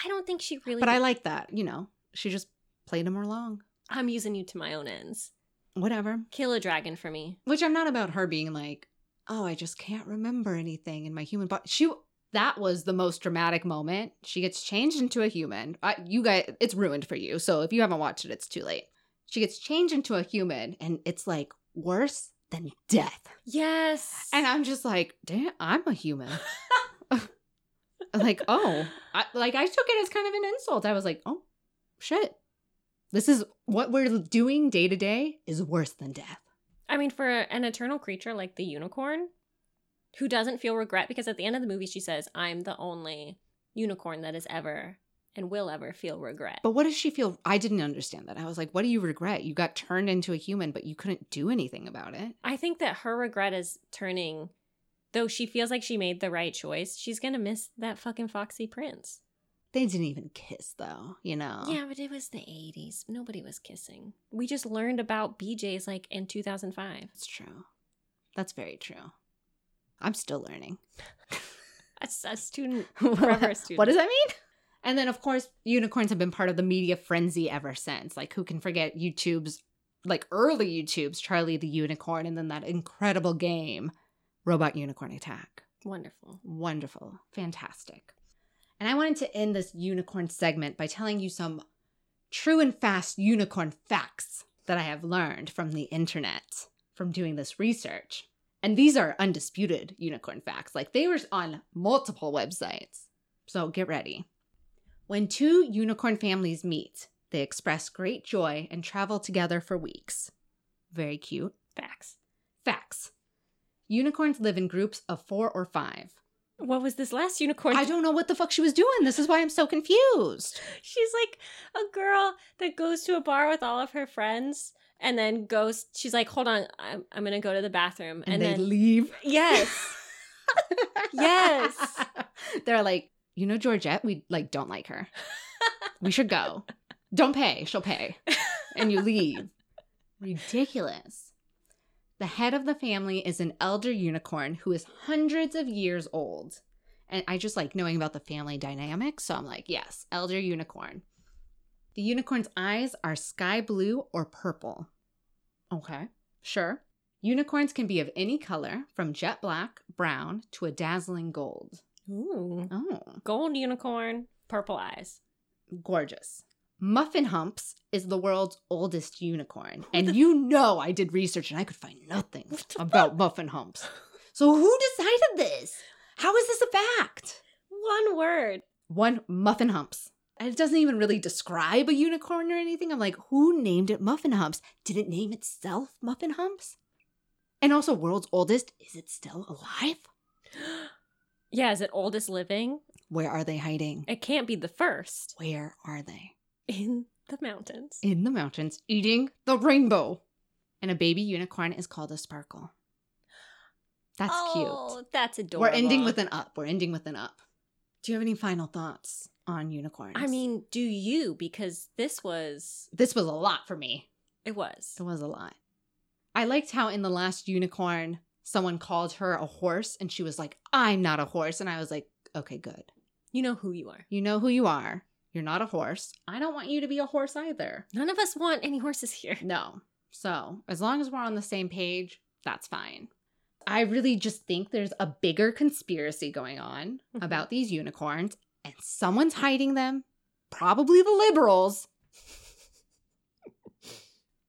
[SPEAKER 1] I don't think she really.
[SPEAKER 2] but I like that. You know, she just played him along.
[SPEAKER 1] I'm using you to my own ends.
[SPEAKER 2] Whatever.
[SPEAKER 1] Kill a dragon for me.
[SPEAKER 2] Which I'm not about her being like, oh, I just can't remember anything in my human body. She that was the most dramatic moment. She gets changed into a human. I, you guys, it's ruined for you. So if you haven't watched it, it's too late. She gets changed into a human, and it's like worse than death.
[SPEAKER 1] Yes.
[SPEAKER 2] And I'm just like, damn, I'm a human. like, oh, I, like I took it as kind of an insult. I was like, oh, shit. This is what we're doing day to day is worse than death.
[SPEAKER 1] I mean, for an eternal creature like the unicorn, who doesn't feel regret, because at the end of the movie she says, "I'm the only unicorn that has ever and will ever feel regret."
[SPEAKER 2] But what does she feel? I didn't understand that. I was like, what do you regret? You got turned into a human, but you couldn't do anything about it.
[SPEAKER 1] I think that her regret is turning, though she feels like she made the right choice. She's gonna miss that fucking foxy prince.
[SPEAKER 2] They didn't even kiss, though, you know?
[SPEAKER 1] Yeah, but it was the '80s. Nobody was kissing. We just learned about BJ's like in 2005.
[SPEAKER 2] That's true. That's very true. I'm still learning.
[SPEAKER 1] That's a student. Forever a
[SPEAKER 2] what
[SPEAKER 1] student.
[SPEAKER 2] what does that mean? And then, of course, unicorns have been part of the media frenzy ever since. Like, who can forget YouTube's, like early YouTube's Charlie the Unicorn and then that incredible game, Robot Unicorn Attack.
[SPEAKER 1] Wonderful.
[SPEAKER 2] Wonderful. Fantastic. And I wanted to end this unicorn segment by telling you some true and fast unicorn facts that I have learned from the internet from doing this research. And these are undisputed unicorn facts. Like they were on multiple websites. So get ready. When two unicorn families meet, they express great joy and travel together for weeks. Very cute.
[SPEAKER 1] Facts.
[SPEAKER 2] Facts. Unicorns live in groups of four or five.
[SPEAKER 1] What was this last unicorn?
[SPEAKER 2] I don't know what the fuck she was doing. This is why I'm so confused.
[SPEAKER 1] She's like a girl that goes to a bar with all of her friends and then goes. She's like, hold on, I'm, I'm gonna go to the bathroom,
[SPEAKER 2] And,
[SPEAKER 1] and,
[SPEAKER 2] they
[SPEAKER 1] then
[SPEAKER 2] leave.
[SPEAKER 1] yes, Yes.
[SPEAKER 2] They're like, you know, Georgette, we like don't like her. We should go. Don't pay. She'll pay. And you leave. Ridiculous. The head of the family is an elder unicorn who is hundreds of years old. And I just like knowing about the family dynamic. So I'm like, yes, elder unicorn. The unicorn's eyes are sky blue or purple. Okay, sure. Unicorns can be of any color, from jet black, brown, to a dazzling gold.
[SPEAKER 1] ooh,
[SPEAKER 2] Oh,
[SPEAKER 1] gold unicorn, purple eyes.
[SPEAKER 2] gorgeous. Muffin Humps is the world's oldest unicorn. And you know I did research and I could find nothing
[SPEAKER 1] What the
[SPEAKER 2] about Muffin Humps. So who decided this? How is this a fact?
[SPEAKER 1] One word.
[SPEAKER 2] One Muffin Humps. And it doesn't even really describe a unicorn or anything. I'm like, who named it Muffin Humps? Did it name itself Muffin Humps? And also, world's oldest, is it still alive?
[SPEAKER 1] Yeah, is it oldest living?
[SPEAKER 2] Where are they hiding?
[SPEAKER 1] It can't be the first
[SPEAKER 2] Where are they?
[SPEAKER 1] in the mountains.
[SPEAKER 2] In the mountains, eating the rainbow. And a baby unicorn is called a sparkle. That's
[SPEAKER 1] oh, That's
[SPEAKER 2] cute.
[SPEAKER 1] adorable.
[SPEAKER 2] We're ending with an up. We're ending with an up. Do you have any final thoughts on unicorns?
[SPEAKER 1] I mean, do you? Because this was.
[SPEAKER 2] this was a lot for me.
[SPEAKER 1] It was.
[SPEAKER 2] It was a lot. I liked how in the last unicorn, someone called her a horse and she was like, I'm not a horse. And I was like, okay, good.
[SPEAKER 1] You know who you are.
[SPEAKER 2] You know who you are. You're not a horse. I don't want you to be a horse either.
[SPEAKER 1] None of us want any horses here.
[SPEAKER 2] No. So, as long as we're on the same page, that's fine. I really just think there's a bigger conspiracy going on
[SPEAKER 1] Mhm.
[SPEAKER 2] about these unicorns, and someone's hiding them, probably the liberals.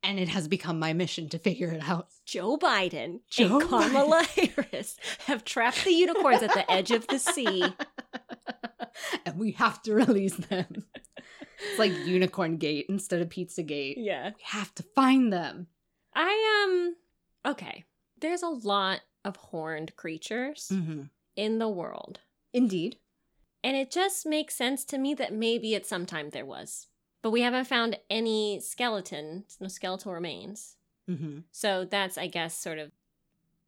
[SPEAKER 2] and it has become my mission to figure it out.
[SPEAKER 1] Joe Biden
[SPEAKER 2] Joe
[SPEAKER 1] and Kamala Harris have trapped the unicorns at the edge of the sea.
[SPEAKER 2] and we have to release them. It's like Unicorn Gate instead of Pizza Gate.
[SPEAKER 1] Yeah.
[SPEAKER 2] We have to find them.
[SPEAKER 1] I um okay. There's a lot of horned creatures
[SPEAKER 2] Mm.
[SPEAKER 1] in the world.
[SPEAKER 2] Indeed.
[SPEAKER 1] And it just makes sense to me that maybe at some time there was. But we haven't found any skeleton, no skeletal remains.
[SPEAKER 2] Mm-hmm.
[SPEAKER 1] So that's I guess sort of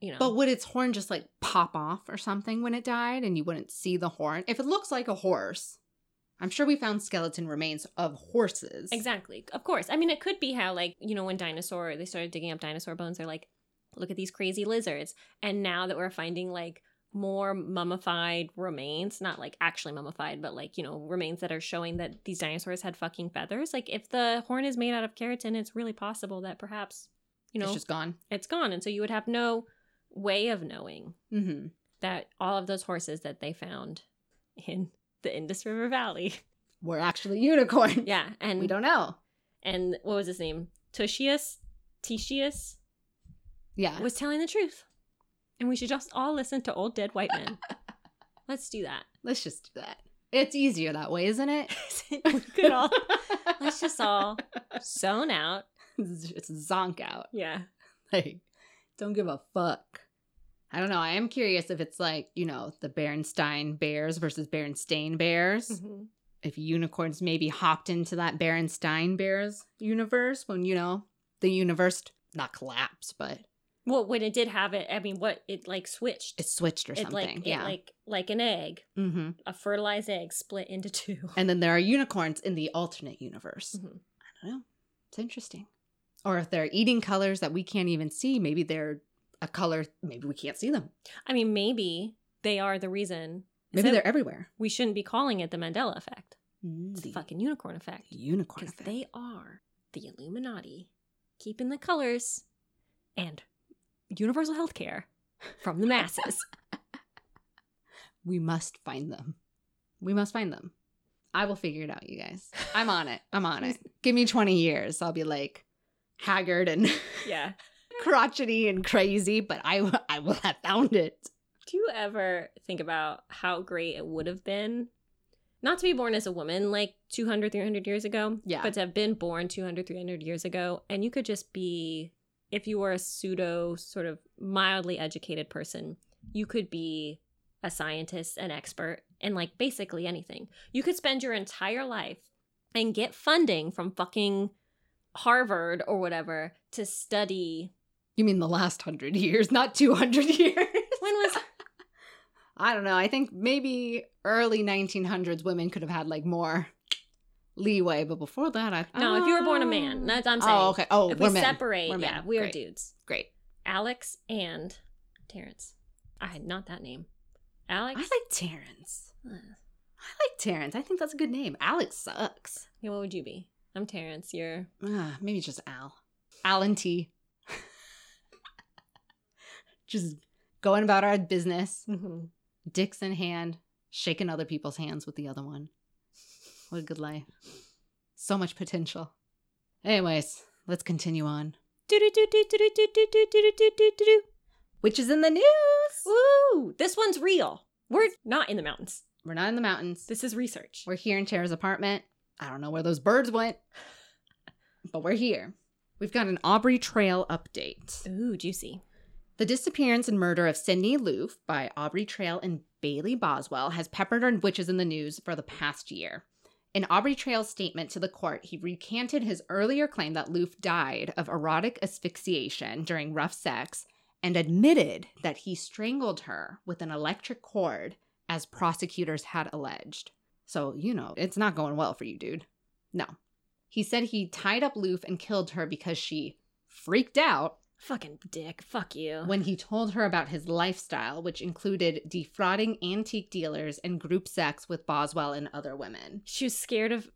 [SPEAKER 1] you know
[SPEAKER 2] But would its horn just like pop off or something when it died and you wouldn't see the horn? If it looks like a horse, I'm sure we found skeleton remains of horses.
[SPEAKER 1] Exactly. Of course. I mean, it could be how, like, you know, when dinosaur, they started digging up dinosaur bones, they're like, look at these crazy lizards. And now that we're finding, like, more mummified remains, not like actually mummified, but like, you know, remains that are showing that these dinosaurs had fucking feathers. Like, if the horn is made out of keratin, it's really possible that perhaps, you know,
[SPEAKER 2] It's just gone.
[SPEAKER 1] it's gone. And so you would have no way of knowing
[SPEAKER 2] Mm-hmm.
[SPEAKER 1] that all of those horses that they found in the Indus River Valley.
[SPEAKER 2] We're actually unicorn.
[SPEAKER 1] Yeah. And
[SPEAKER 2] We don't know.
[SPEAKER 1] and what was his name? Tutius, Titius
[SPEAKER 2] Yeah.
[SPEAKER 1] was telling the truth. And we should just all listen to old dead white men. Let's do that.
[SPEAKER 2] Let's just do that. It's easier that way, isn't it?
[SPEAKER 1] we could all let's just all zone out.
[SPEAKER 2] just zonk out.
[SPEAKER 1] Yeah.
[SPEAKER 2] Like, don't give a fuck. I don't know. I am curious if it's like, you know, the Berenstain Bears versus Berenstain Bears.
[SPEAKER 1] Mm-hmm.
[SPEAKER 2] if unicorns maybe hopped into that Berenstein Bears universe when, you know, the universe not collapsed, but
[SPEAKER 1] Well, when it did have it, I mean, what it like switched.
[SPEAKER 2] it switched or
[SPEAKER 1] it
[SPEAKER 2] something.
[SPEAKER 1] like it
[SPEAKER 2] yeah.
[SPEAKER 1] like like an egg,
[SPEAKER 2] hmm
[SPEAKER 1] a fertilized egg split into two.
[SPEAKER 2] And then there are unicorns in the alternate universe.
[SPEAKER 1] Mhm.
[SPEAKER 2] I don't know. It's interesting. Or if they're eating colors that we can't even see, maybe they're a color, maybe we can't see them.
[SPEAKER 1] I mean, maybe they are the reason.
[SPEAKER 2] Maybe
[SPEAKER 1] so
[SPEAKER 2] they're everywhere.
[SPEAKER 1] We shouldn't be calling it the Mandela effect. It's the
[SPEAKER 2] The
[SPEAKER 1] fucking unicorn effect.
[SPEAKER 2] unicorn
[SPEAKER 1] because
[SPEAKER 2] effect.
[SPEAKER 1] they are the Illuminati, keeping the colors and universal health care from the masses.
[SPEAKER 2] we must find them. We must find them. I will figure it out, you guys. I'm on it. I'm on it. Give me 20 years. I'll be like haggard and
[SPEAKER 1] yeah.
[SPEAKER 2] crotchety and crazy, but I, I will have found it.
[SPEAKER 1] Do you ever think about how great it would have been not to be born as a woman like 200 300 years ago
[SPEAKER 2] Yeah.
[SPEAKER 1] but to have been born 200 300 years ago and you could just be if you were a pseudo sort of mildly educated person you could be a scientist an expert and like basically anything you could spend your entire life and get funding from fucking harvard or whatever to study
[SPEAKER 2] You mean the last hundred years, not 200 years?
[SPEAKER 1] when was
[SPEAKER 2] I don't know. I think maybe early 1900s women could have had like more leeway, but before that, I
[SPEAKER 1] no if you were born a man that's what i'm saying
[SPEAKER 2] Oh, okay. Oh,
[SPEAKER 1] if
[SPEAKER 2] we're
[SPEAKER 1] we
[SPEAKER 2] men.
[SPEAKER 1] separate
[SPEAKER 2] We're men.
[SPEAKER 1] yeah we are
[SPEAKER 2] Great.
[SPEAKER 1] dudes
[SPEAKER 2] Great.
[SPEAKER 1] Alex and Terrence. I not that name. Alex.
[SPEAKER 2] I like Terrence.
[SPEAKER 1] Ugh.
[SPEAKER 2] I like Terrence. I think that's a good name. Alex sucks.
[SPEAKER 1] Yeah, what would you be? I'm Terrence. You're
[SPEAKER 2] Ah, maybe just Al. Alan T. just going about our business, dicks in hand, shaking other people's hands with the other one. What a good life. So much potential. Anyways, let's continue on.
[SPEAKER 1] Do-do-do-do-do-do-do-do-do-do-do.
[SPEAKER 2] Which is in the news.
[SPEAKER 1] Woo! This one's real. We're not in the mountains.
[SPEAKER 2] We're not in the mountains.
[SPEAKER 1] This is research.
[SPEAKER 2] We're here in Tara's apartment. I don't know where those birds went, but we're here. We've got an Aubrey Trail update.
[SPEAKER 1] Ooh, juicy.
[SPEAKER 2] The disappearance and murder of Sydney Loof by Aubrey Trail and Bailey Boswell has peppered our witches in the news for the past year. In Aubrey Trail's statement to the court, he recanted his earlier claim that Loof died of erotic asphyxiation during rough sex and admitted that he strangled her with an electric cord, as prosecutors had alleged. So, you know, it's not going well for you, dude. No. He said he tied up Loof and killed her because she freaked out
[SPEAKER 1] Fucking dick. Fuck you.
[SPEAKER 2] when he told her about his lifestyle, which included defrauding antique dealers and group sex with Boswell and other women.
[SPEAKER 1] she was scared of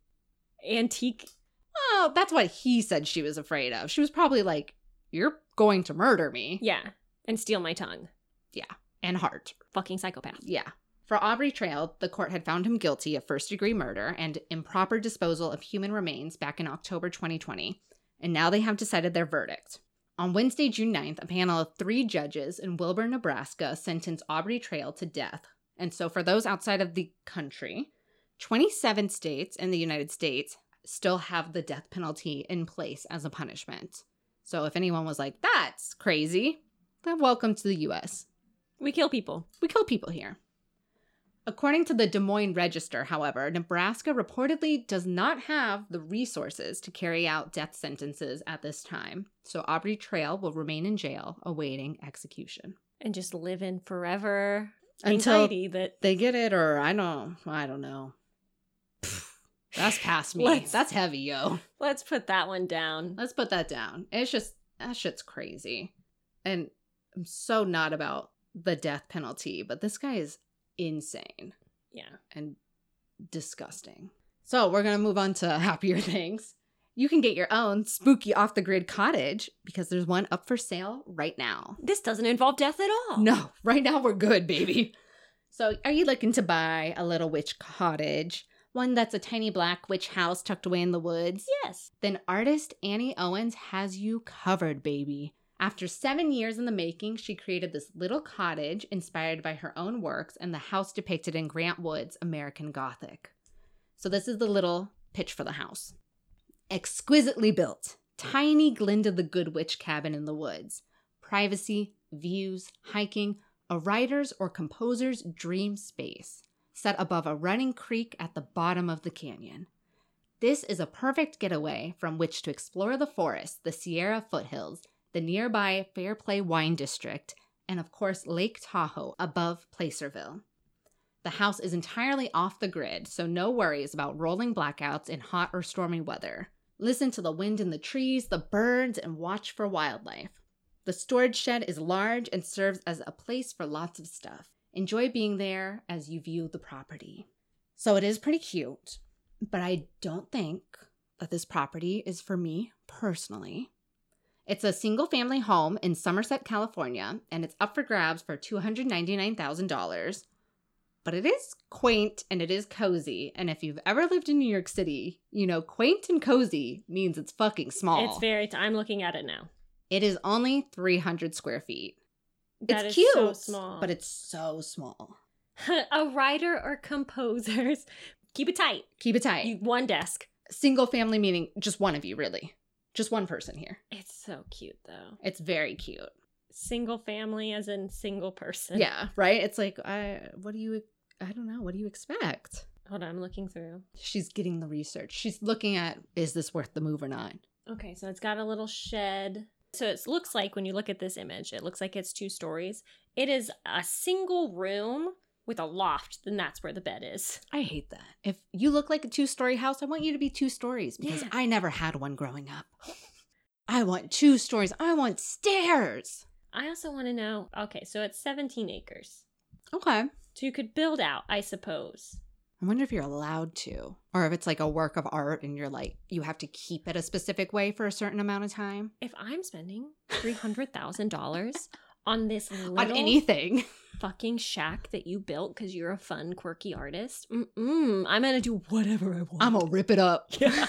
[SPEAKER 1] antique.
[SPEAKER 2] Oh, that's what he said she was afraid of. She was probably like, You're going to murder me.
[SPEAKER 1] Yeah, and steal my tongue.
[SPEAKER 2] And heart.
[SPEAKER 1] Fucking psychopath.
[SPEAKER 2] Yeah. For Aubrey Trail, the court had found him guilty of first degree murder and improper disposal of human remains back in October 2020, and now they have decided their verdict. On Wednesday, June 9th, a panel of three judges in Wilbur, Nebraska sentenced Aubrey Trail to death. And so, for those outside of the country, 27 states in the United States still have the death penalty in place as a punishment. So, if anyone was like, that's crazy, then welcome to the US.
[SPEAKER 1] We kill people.
[SPEAKER 2] We kill people here. According to the Des Moines Register, however, Nebraska reportedly does not have the resources to carry out death sentences at this time, so Aubrey Trail will remain in jail awaiting execution
[SPEAKER 1] And just live in forever
[SPEAKER 2] Until-
[SPEAKER 1] anxiety that
[SPEAKER 2] they get it, or I don't, I don't know. Pfft, That's past me.
[SPEAKER 1] Let's-
[SPEAKER 2] That's heavy, yo.
[SPEAKER 1] let's put that one down.
[SPEAKER 2] Let's put that down. It's just that shit's crazy, and I'm so not about the death penalty, but this guy is insane.
[SPEAKER 1] Yeah.
[SPEAKER 2] and disgusting. So we're going to move on to happier things. You can get your own spooky off the grid cottage because there's one up for sale right now.
[SPEAKER 1] This doesn't involve death at all.
[SPEAKER 2] No, right now we're good, baby. So, are you looking to buy a little witch cottage? One that's a tiny black witch house tucked away in the woods?
[SPEAKER 1] Yes.
[SPEAKER 2] Then artist Annie Owens has you covered, baby. After seven years in the making, she created this little cottage inspired by her own works and the house depicted in Grant Wood's American Gothic. So, this is the little pitch for the house. Exquisitely built, tiny Glinda the Good Witch cabin in the woods. Privacy, views, hiking, a writer's or composer's dream space, set above a running creek at the bottom of the canyon. This is a perfect getaway from which to explore the forest, the Sierra foothills, the nearby Fairplay Wine District, and of course Lake Tahoe above Placerville. The house is entirely off the grid, so no worries about rolling blackouts in hot or stormy weather. Listen to the wind in the trees, the birds, and watch for wildlife. The storage shed is large and serves as a place for lots of stuff. Enjoy being there as you view the property. So it is pretty cute but I don't think that this property is for me personally. It's a single family home in Somerset, California, and it's up for grabs for $299,000. But it is quaint and it is cozy. And if you've ever lived in New York City, you know quaint and cozy means it's fucking small.
[SPEAKER 1] It's very. i I'm looking at it now.
[SPEAKER 2] It is only 300 square feet.
[SPEAKER 1] That
[SPEAKER 2] it's
[SPEAKER 1] is
[SPEAKER 2] cute,
[SPEAKER 1] so small.
[SPEAKER 2] but it's so small.
[SPEAKER 1] a writer or composer's Keep it tight.
[SPEAKER 2] Keep it tight.
[SPEAKER 1] You one desk.
[SPEAKER 2] Single family meaning just one of you, really. Just one person here.
[SPEAKER 1] It's so cute though.
[SPEAKER 2] It's very cute.
[SPEAKER 1] Single family as in single person.
[SPEAKER 2] Yeah, right? It's like, I, what do you, I don't know, what do you expect?
[SPEAKER 1] Hold on, I'm looking through.
[SPEAKER 2] She's getting the research. She's looking at, is this worth the move or not?
[SPEAKER 1] Okay, so it's got a little shed. So it looks like when you look at this image, it looks like it's two stories. It is a single room with a loft, then that's where the bed is.
[SPEAKER 2] I hate that. If you look like a two story house, I want you to be two stories because
[SPEAKER 1] Yeah.
[SPEAKER 2] I never had one growing up. I want two stories. I want stairs.
[SPEAKER 1] I also want to know okay, so it's 17 acres.
[SPEAKER 2] Okay.
[SPEAKER 1] So you could build out, I suppose.
[SPEAKER 2] I wonder if you're allowed to, or if it's like a work of art and you're like, you have to keep it a specific way for a certain amount of time
[SPEAKER 1] If I'm spending $300,000 on this little
[SPEAKER 2] on anything.
[SPEAKER 1] fucking shack that you built because you're a fun, quirky artist, mm-mm, I'm going to do whatever I want.
[SPEAKER 2] I'm gonna rip it up.
[SPEAKER 1] Yeah.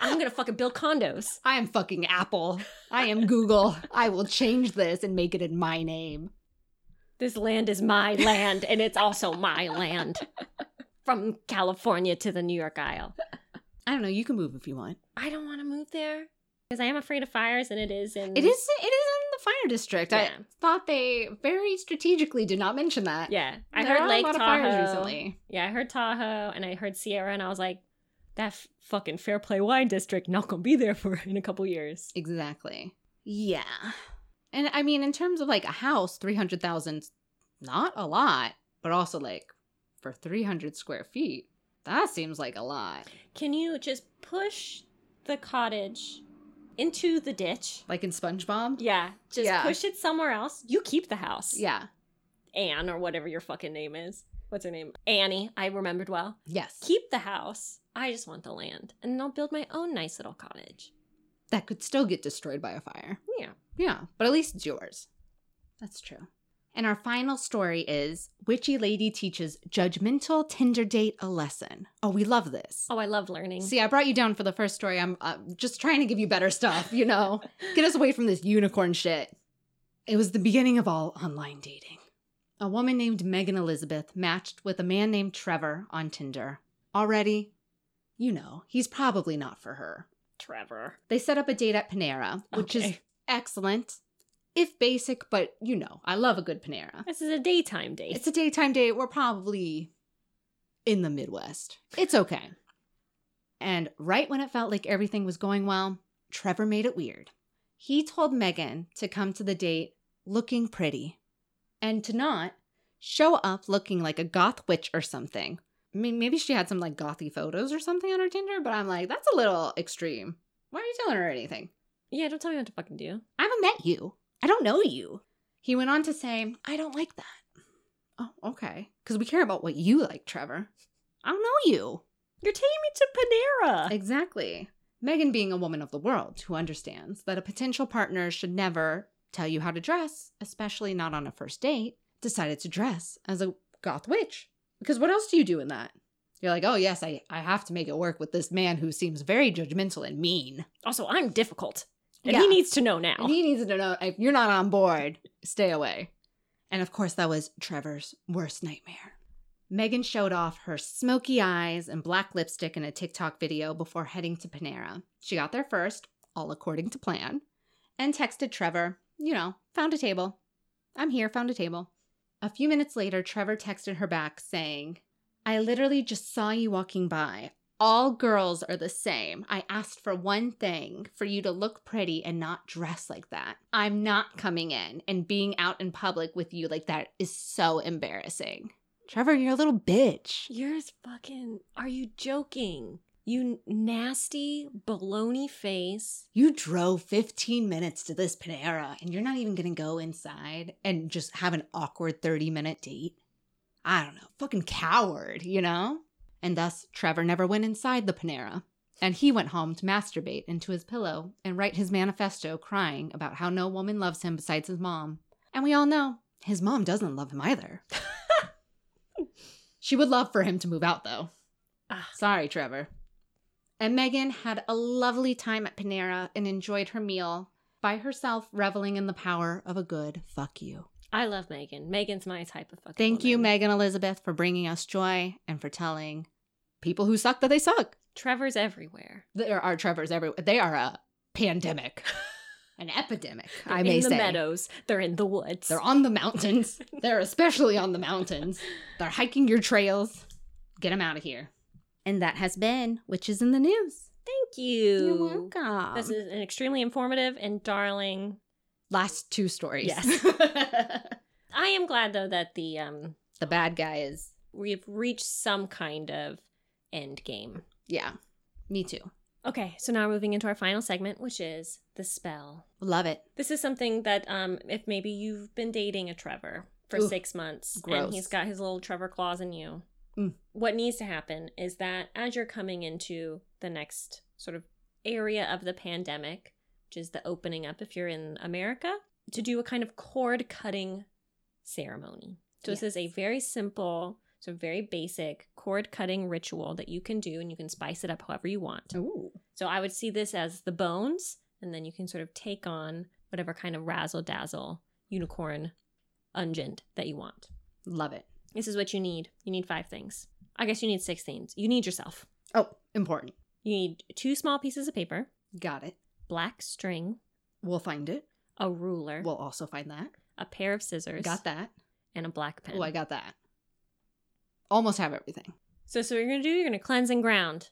[SPEAKER 1] I'm going to fucking build condos.
[SPEAKER 2] I am fucking Apple. I am Google. I will change this and make it in my name.
[SPEAKER 1] This land is my land, and it's also my land. From California to the New York Isle.
[SPEAKER 2] I don't know. You can move if you want.
[SPEAKER 1] I don't want to move there because I am afraid of fires, and it is in.
[SPEAKER 2] It is. It is in the fire district. I
[SPEAKER 1] Yeah.
[SPEAKER 2] thought they very strategically did not mention that.
[SPEAKER 1] Yeah, I
[SPEAKER 2] There
[SPEAKER 1] heard
[SPEAKER 2] are
[SPEAKER 1] Lake
[SPEAKER 2] a lot
[SPEAKER 1] Tahoe.
[SPEAKER 2] of fires recently.
[SPEAKER 1] Yeah, I heard Tahoe, and I heard Sierra, and I was like, that f- fucking Fair Play Wine District not gonna be there for in a couple years.
[SPEAKER 2] Exactly. Yeah. And I mean, in terms of like a house, three hundred thousand, not a lot, but also like for three hundred square feet, that seems like a lot.
[SPEAKER 1] Can you just push the cottage into the ditch?
[SPEAKER 2] Like in SpongeBob.
[SPEAKER 1] Yeah, just
[SPEAKER 2] Yeah.
[SPEAKER 1] push it somewhere else. You keep the house.
[SPEAKER 2] Yeah.
[SPEAKER 1] Anne or whatever your fucking name is. What's her name? Annie. I remembered well.
[SPEAKER 2] Yes.
[SPEAKER 1] Keep the house. I just want the land, and I'll build my own nice little cottage.
[SPEAKER 2] that could still get destroyed by a fire.
[SPEAKER 1] Yeah.
[SPEAKER 2] Yeah, but at least it's yours. That's true. And our final story is Witchy Lady teaches judgmental Tinder date a lesson. Oh, we love this.
[SPEAKER 1] Oh, I love learning.
[SPEAKER 2] See, I brought you down for the first story. I'm uh, just trying to give you better stuff, you know? Get us away from this unicorn shit. It was the beginning of all online dating. A woman named Megan Elizabeth matched with a man named Trevor on Tinder. Already, you know, he's probably not for her.
[SPEAKER 1] Trevor.
[SPEAKER 2] They set up a date at Panera, which is
[SPEAKER 1] Okay.
[SPEAKER 2] excellent, if basic, but you know, I love a good Panera.
[SPEAKER 1] This is a daytime date.
[SPEAKER 2] It's a daytime date. We're probably in the Midwest. It's okay. And right when it felt like everything was going well, Trevor made it weird. He told Megan to come to the date looking pretty and to not show up looking like a goth witch or something. I mean, maybe she had some like gothy photos or something on her Tinder, but I'm like, that's a little extreme. Why are you telling her anything?
[SPEAKER 1] yeah, don't tell me what to fucking do.
[SPEAKER 2] I haven't met you. I don't know you. He went on to say, I don't like that. Oh, okay. Because we care about what you like, Trevor. I don't know you.
[SPEAKER 1] You're taking me to Panera.
[SPEAKER 2] Exactly. Megan, being a woman of the world who understands that a potential partner should never tell you how to dress, especially not on a first date, decided to dress as a goth witch. Because what else do you do in that? You're like, oh, yes, I, I have to make it work with this man who seems very judgmental and mean.
[SPEAKER 1] also, I'm difficult. And
[SPEAKER 2] Yeah.
[SPEAKER 1] he needs to know now.
[SPEAKER 2] And he needs to know if you're not on board, stay away. And of course, that was Trevor's worst nightmare. Megan showed off her smoky eyes and black lipstick in a TikTok video before heading to Panera. She got there first, all according to plan, and texted Trevor, you know, found a table. I'm here, found a table. A few minutes later, Trevor texted her back saying, I literally just saw you walking by. All girls are the same. I asked for one thing for you to look pretty and not dress like that. I'm not coming in and being out in public with you like that is so embarrassing. Trevor, you're a little bitch.
[SPEAKER 1] Yours fucking. Are you joking? You nasty baloney face.
[SPEAKER 2] You drove 15 minutes to this Panera and you're not even gonna go inside and just have an awkward 30 minute date. I don't know, fucking coward, you know? And thus, Trevor never went inside the Panera. And he went home to masturbate into his pillow and write his manifesto crying about how no woman loves him besides his mom. And we all know his mom doesn't love him either. she would love for him to move out though.
[SPEAKER 1] Ah.
[SPEAKER 2] Sorry, Trevor. And Megan had a lovely time at Panera and enjoyed her meal by herself, reveling in the power of a good fuck you.
[SPEAKER 1] I love Megan. Megan's my type of fucking.
[SPEAKER 2] Thank you,
[SPEAKER 1] woman.
[SPEAKER 2] Megan Elizabeth, for bringing us joy and for telling people who suck that they suck.
[SPEAKER 1] Trevor's everywhere.
[SPEAKER 2] There are Trevors everywhere. They are a pandemic, an epidemic,
[SPEAKER 1] They're
[SPEAKER 2] I may
[SPEAKER 1] in the
[SPEAKER 2] say.
[SPEAKER 1] meadows. They're in the woods.
[SPEAKER 2] They're on the mountains. They're especially on the mountains. They're hiking your trails. Get them out of here. And that has been Witches in the News.
[SPEAKER 1] Thank you.
[SPEAKER 2] You're welcome.
[SPEAKER 1] This is an extremely informative and darling.
[SPEAKER 2] Last two stories.
[SPEAKER 1] Yes.
[SPEAKER 2] the
[SPEAKER 1] I am glad though that the um
[SPEAKER 2] bad guy is.
[SPEAKER 1] we've reached some kind of end game.
[SPEAKER 2] Yeah. Me too.
[SPEAKER 1] Okay, so now we're moving into our final segment, which is the spell.
[SPEAKER 2] Love it.
[SPEAKER 1] This is something that um if maybe you've been dating a Trevor for
[SPEAKER 2] Ooh,
[SPEAKER 1] 6 months
[SPEAKER 2] gross.
[SPEAKER 1] and he's got his little Trevor claws in you.
[SPEAKER 2] Mm.
[SPEAKER 1] What needs to happen is that as you're coming into the next sort of area of the pandemic, which is the opening up if you're in America, to do a kind of cord cutting ceremony. So this is a very simple, so very basic cord cutting ritual that you can do and you can spice it up however you want.
[SPEAKER 2] Ooh.
[SPEAKER 1] So I would see this as the bones, and then you can sort of take on whatever kind of razzle dazzle unicorn ungent that you want.
[SPEAKER 2] Love it.
[SPEAKER 1] This is what you need. You need five things. I guess you need six things. You need yourself.
[SPEAKER 2] Oh, important.
[SPEAKER 1] You need two small pieces of paper,
[SPEAKER 2] Got it.
[SPEAKER 1] black string,
[SPEAKER 2] We'll find it.
[SPEAKER 1] a ruler,
[SPEAKER 2] We'll also find that.
[SPEAKER 1] a pair of scissors,
[SPEAKER 2] Got that.
[SPEAKER 1] and a black pen.
[SPEAKER 2] Oh, I got that. Almost have everything.
[SPEAKER 1] So, so what you're gonna do, you're gonna cleanse and ground.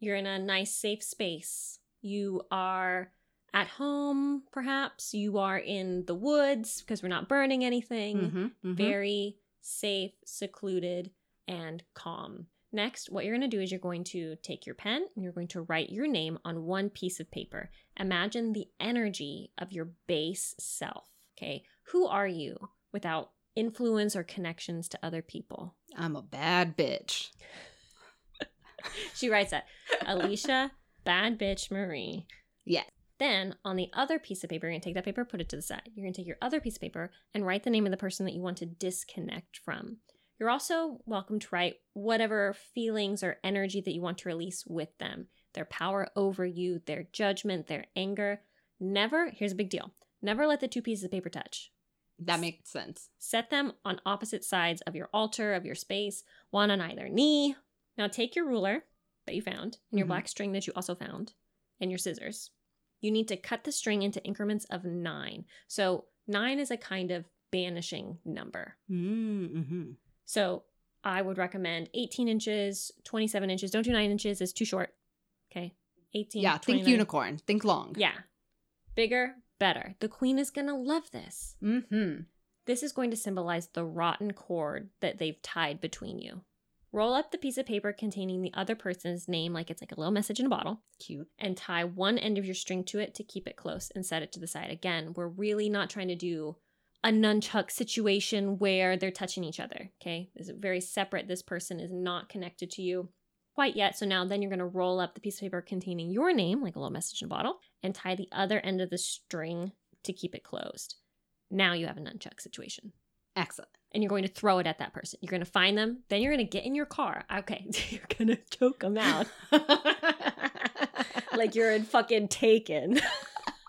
[SPEAKER 1] You're in a nice, safe space. You are at home, perhaps. You are in the woods because we're not burning anything.
[SPEAKER 2] mhm.
[SPEAKER 1] very safe, secluded, and calm. Next, what you're going to do is you're going to take your pen and you're going to write your name on one piece of paper. Imagine the energy of your base self. Okay. Who are you without influence or connections to other people?
[SPEAKER 2] I'm a bad bitch.
[SPEAKER 1] She writes that Alicia, bad bitch Marie.
[SPEAKER 2] Yes.
[SPEAKER 1] Then on the other piece of paper, you're going to take that paper, put it to the side. You're going to take your other piece of paper and write the name of the person that you want to disconnect from. You're also welcome to write whatever feelings or energy that you want to release with them their power over you, their judgment, their anger. Never, here's a big deal never let the two pieces of paper touch.
[SPEAKER 2] That makes sense.
[SPEAKER 1] Set them on opposite sides of your altar, of your space, one on either knee. Now take your ruler that you found and your
[SPEAKER 2] Mhm.
[SPEAKER 1] black string that you also found and your scissors. You need to cut the string into increments of nine. So nine is a kind of banishing number.
[SPEAKER 2] Mm-hmm.
[SPEAKER 1] So I would recommend 18 inches, 27 inches. Don't do nine inches, it's too short. Okay. 18.
[SPEAKER 2] Yeah, think
[SPEAKER 1] 29.
[SPEAKER 2] unicorn. Think long.
[SPEAKER 1] Yeah. Bigger, better. The queen is going to love this.
[SPEAKER 2] Mm-hmm.
[SPEAKER 1] This is going to symbolize the rotten cord that they've tied between you. Roll up the piece of paper containing the other person's name like it's like a little message in a bottle
[SPEAKER 2] Cute.
[SPEAKER 1] and tie one end of your string to it to keep it close and set it to the side. Again, we're really not trying to do a nunchuck situation where they're touching each other, okay? This is very separate. This person is not connected to you quite yet. So now then you're going to roll up the piece of paper containing your name like a little message in a bottle and tie the other end of the string to keep it closed. Now you have a nunchuck situation
[SPEAKER 2] Excellent.
[SPEAKER 1] and you're going to throw it at that person. You're going to find them, then you're going to get in your car. Okay, you're going to choke them out like you're in fucking Taken.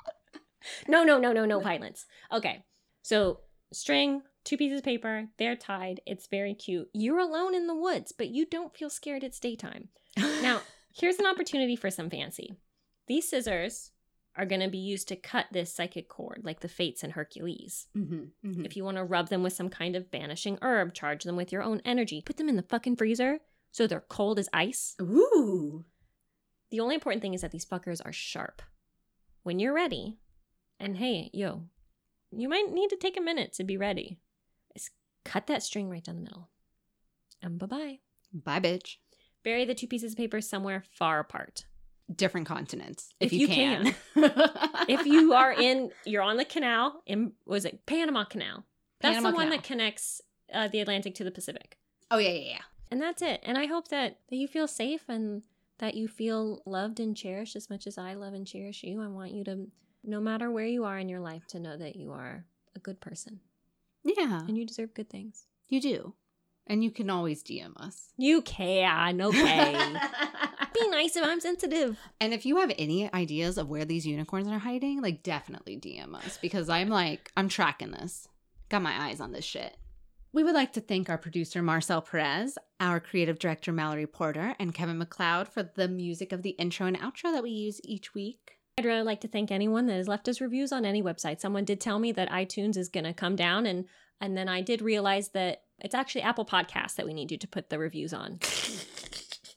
[SPEAKER 1] no, no, no, no, no violence. Okay, so string, two pieces of paper, they're tied. It's very cute. You're alone in the woods, but you don't feel scared. It's daytime. Now, here's an opportunity for some fancy. These scissors are going to be used to cut this psychic cord, like the Fates and Hercules.
[SPEAKER 2] Mhm, mhm.
[SPEAKER 1] If you want to rub them with some kind of banishing herb, charge them with your own energy. Put them in the fucking freezer so they're cold as ice.
[SPEAKER 2] Ooh.
[SPEAKER 1] The only important thing is that these fuckers are sharp. When you're ready, and hey, yo, you might need to take a minute to be ready. Just cut that string right down the middle. And bye bye.
[SPEAKER 2] Bye, bitch.
[SPEAKER 1] Bury the two pieces of paper somewhere far apart.
[SPEAKER 2] Different continents,
[SPEAKER 1] If
[SPEAKER 2] if,
[SPEAKER 1] you
[SPEAKER 2] you, can.
[SPEAKER 1] If you are in, you're on the canal, in, was it Panama Canal? That's
[SPEAKER 2] Panama
[SPEAKER 1] the one
[SPEAKER 2] Canal.
[SPEAKER 1] that connects uh, the Atlantic to the Pacific.
[SPEAKER 2] Oh yeah, yeah, yeah.
[SPEAKER 1] And that's it. And I hope that, that you feel safe and that you feel loved and cherished as much as I love and cherish you. I want you to, no matter where you are in your life, to know that you are a good person
[SPEAKER 2] Yeah,
[SPEAKER 1] and you deserve good things.
[SPEAKER 2] you do, and you can always DM us.
[SPEAKER 1] You can, okay. Be nice if I'm sensitive.
[SPEAKER 2] and if you have any ideas of where these unicorns are hiding, like definitely DM us because I'm like I'm tracking this. Got my eyes on this shit. We would like to thank our producer, Marcel Perez, our creative director, Mallory Porter, and Kevin McLeod for the music of the intro and outro that we use each week.
[SPEAKER 1] I'd really like to thank anyone that has left us reviews on any website. Someone did tell me that iTunes is going to come down, and and then I did realize that it's actually Apple Podcasts that we need you to put the reviews on.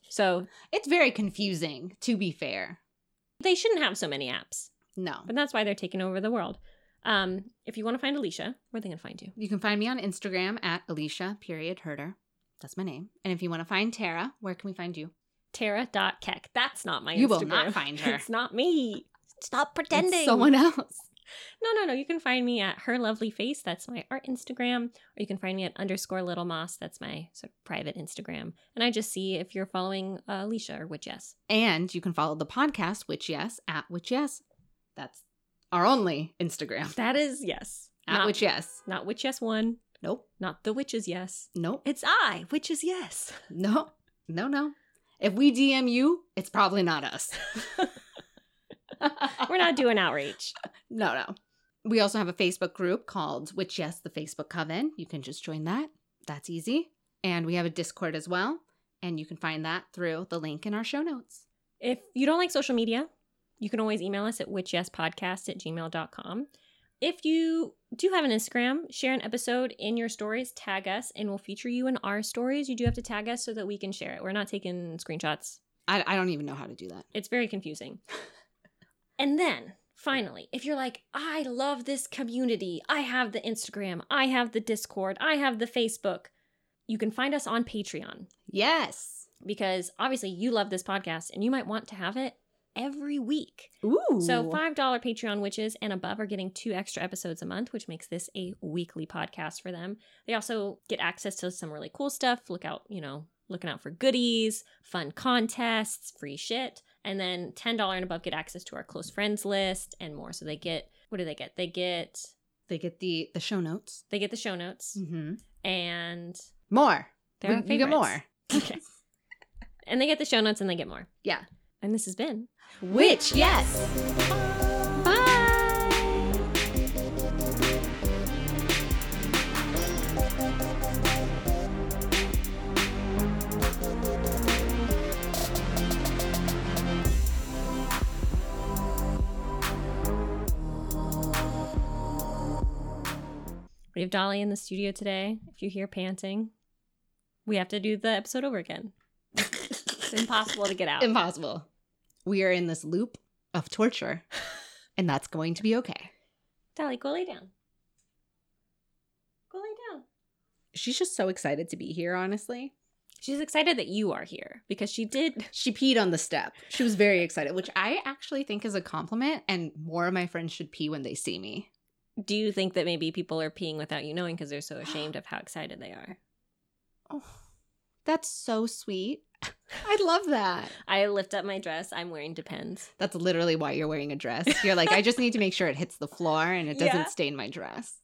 [SPEAKER 1] so
[SPEAKER 2] It's very confusing, to be fair.
[SPEAKER 1] they shouldn't have so many apps,
[SPEAKER 2] No.
[SPEAKER 1] but that's why they're taking over the world. Um, if you want to find Alicia, where are they going to find you?
[SPEAKER 2] You can find me on Instagram at Alicia, period, Herder. That's my name. And if you want to find Tara, where can we find you?
[SPEAKER 1] Tara.keck. That's not my
[SPEAKER 2] You
[SPEAKER 1] Instagram.
[SPEAKER 2] will not find her.
[SPEAKER 1] It's not me. Stop
[SPEAKER 2] It's
[SPEAKER 1] pretending.
[SPEAKER 2] someone else.
[SPEAKER 1] No, no, no. You can find me at her lovely face. That's my art Instagram. Or you can find me at underscore little moss. That's my sort of private Instagram. And I just see if you're following uh, Alicia or which yes.
[SPEAKER 2] And you can follow the podcast, which yes, at which yes. That's our only Instagram.
[SPEAKER 1] That is yes.
[SPEAKER 2] At
[SPEAKER 1] not,
[SPEAKER 2] which yes.
[SPEAKER 1] Not which yes one.
[SPEAKER 2] Nope.
[SPEAKER 1] Not the witches yes.
[SPEAKER 2] Nope.
[SPEAKER 1] It's I, which is yes.
[SPEAKER 2] No, no, no. If we DM you, it's probably not us.
[SPEAKER 1] We're not doing outreach.
[SPEAKER 2] No, no. We also have a Facebook group called Which Yes, the Facebook Coven. You can just join that. That's easy. And we have a Discord as well. And you can find that through the link in our show notes.
[SPEAKER 1] If you don't like social media, you can always email us at whichyespodcast at gmail.com. If you do have an Instagram, share an episode in your stories, tag us, and we'll feature you in our stories. You do have to tag us so that we can share it. We're not taking screenshots,
[SPEAKER 2] I, I don't even know how to do that.
[SPEAKER 1] it's very confusing. and then finally, if you're like, I love this community, I have the Instagram, I have the Discord, I have the Facebook, you can find us on Patreon
[SPEAKER 2] Yes.
[SPEAKER 1] because obviously you love this podcast and you might want to have it every week.
[SPEAKER 2] Ooh.
[SPEAKER 1] So $5 Patreon witches and above are getting two extra episodes a month, which makes this a weekly podcast for them. They also get access to some really cool stuff. Look out, you know, looking out for goodies, fun contests, free shit. And then $10 and above get access to our close friends list and more. So they get what do they get? They get
[SPEAKER 2] They get the, the show notes.
[SPEAKER 1] they get the show notes
[SPEAKER 2] Mm-hmm.
[SPEAKER 1] and
[SPEAKER 2] More.
[SPEAKER 1] they're
[SPEAKER 2] We- you get more.
[SPEAKER 1] Okay. and they get the show notes and they get more.
[SPEAKER 2] Yeah.
[SPEAKER 1] And this has been
[SPEAKER 2] Which Yes. Bye.
[SPEAKER 1] We have Dolly in the studio today. If you hear panting, we have to do the episode over again. It's impossible to get out.
[SPEAKER 2] Impossible. We are in this loop of torture, and that's going to be okay.
[SPEAKER 1] Dolly, go lay down. Go lay down.
[SPEAKER 2] She's just so excited to be here, honestly.
[SPEAKER 1] She's excited that you are here because she did.
[SPEAKER 2] She peed on the step. She was very excited, which I actually think is a compliment, and more of my friends should pee when they see me.
[SPEAKER 1] Do you think that maybe people are peeing without you knowing because they're so ashamed of how excited they are?
[SPEAKER 2] Oh, that's so sweet. I love that.
[SPEAKER 1] I lift up my dress. I'm wearing Depends.
[SPEAKER 2] That's literally why you're wearing a dress. You're like, I just need to make sure it hits the floor and it doesn't
[SPEAKER 1] Yeah.
[SPEAKER 2] stain my dress.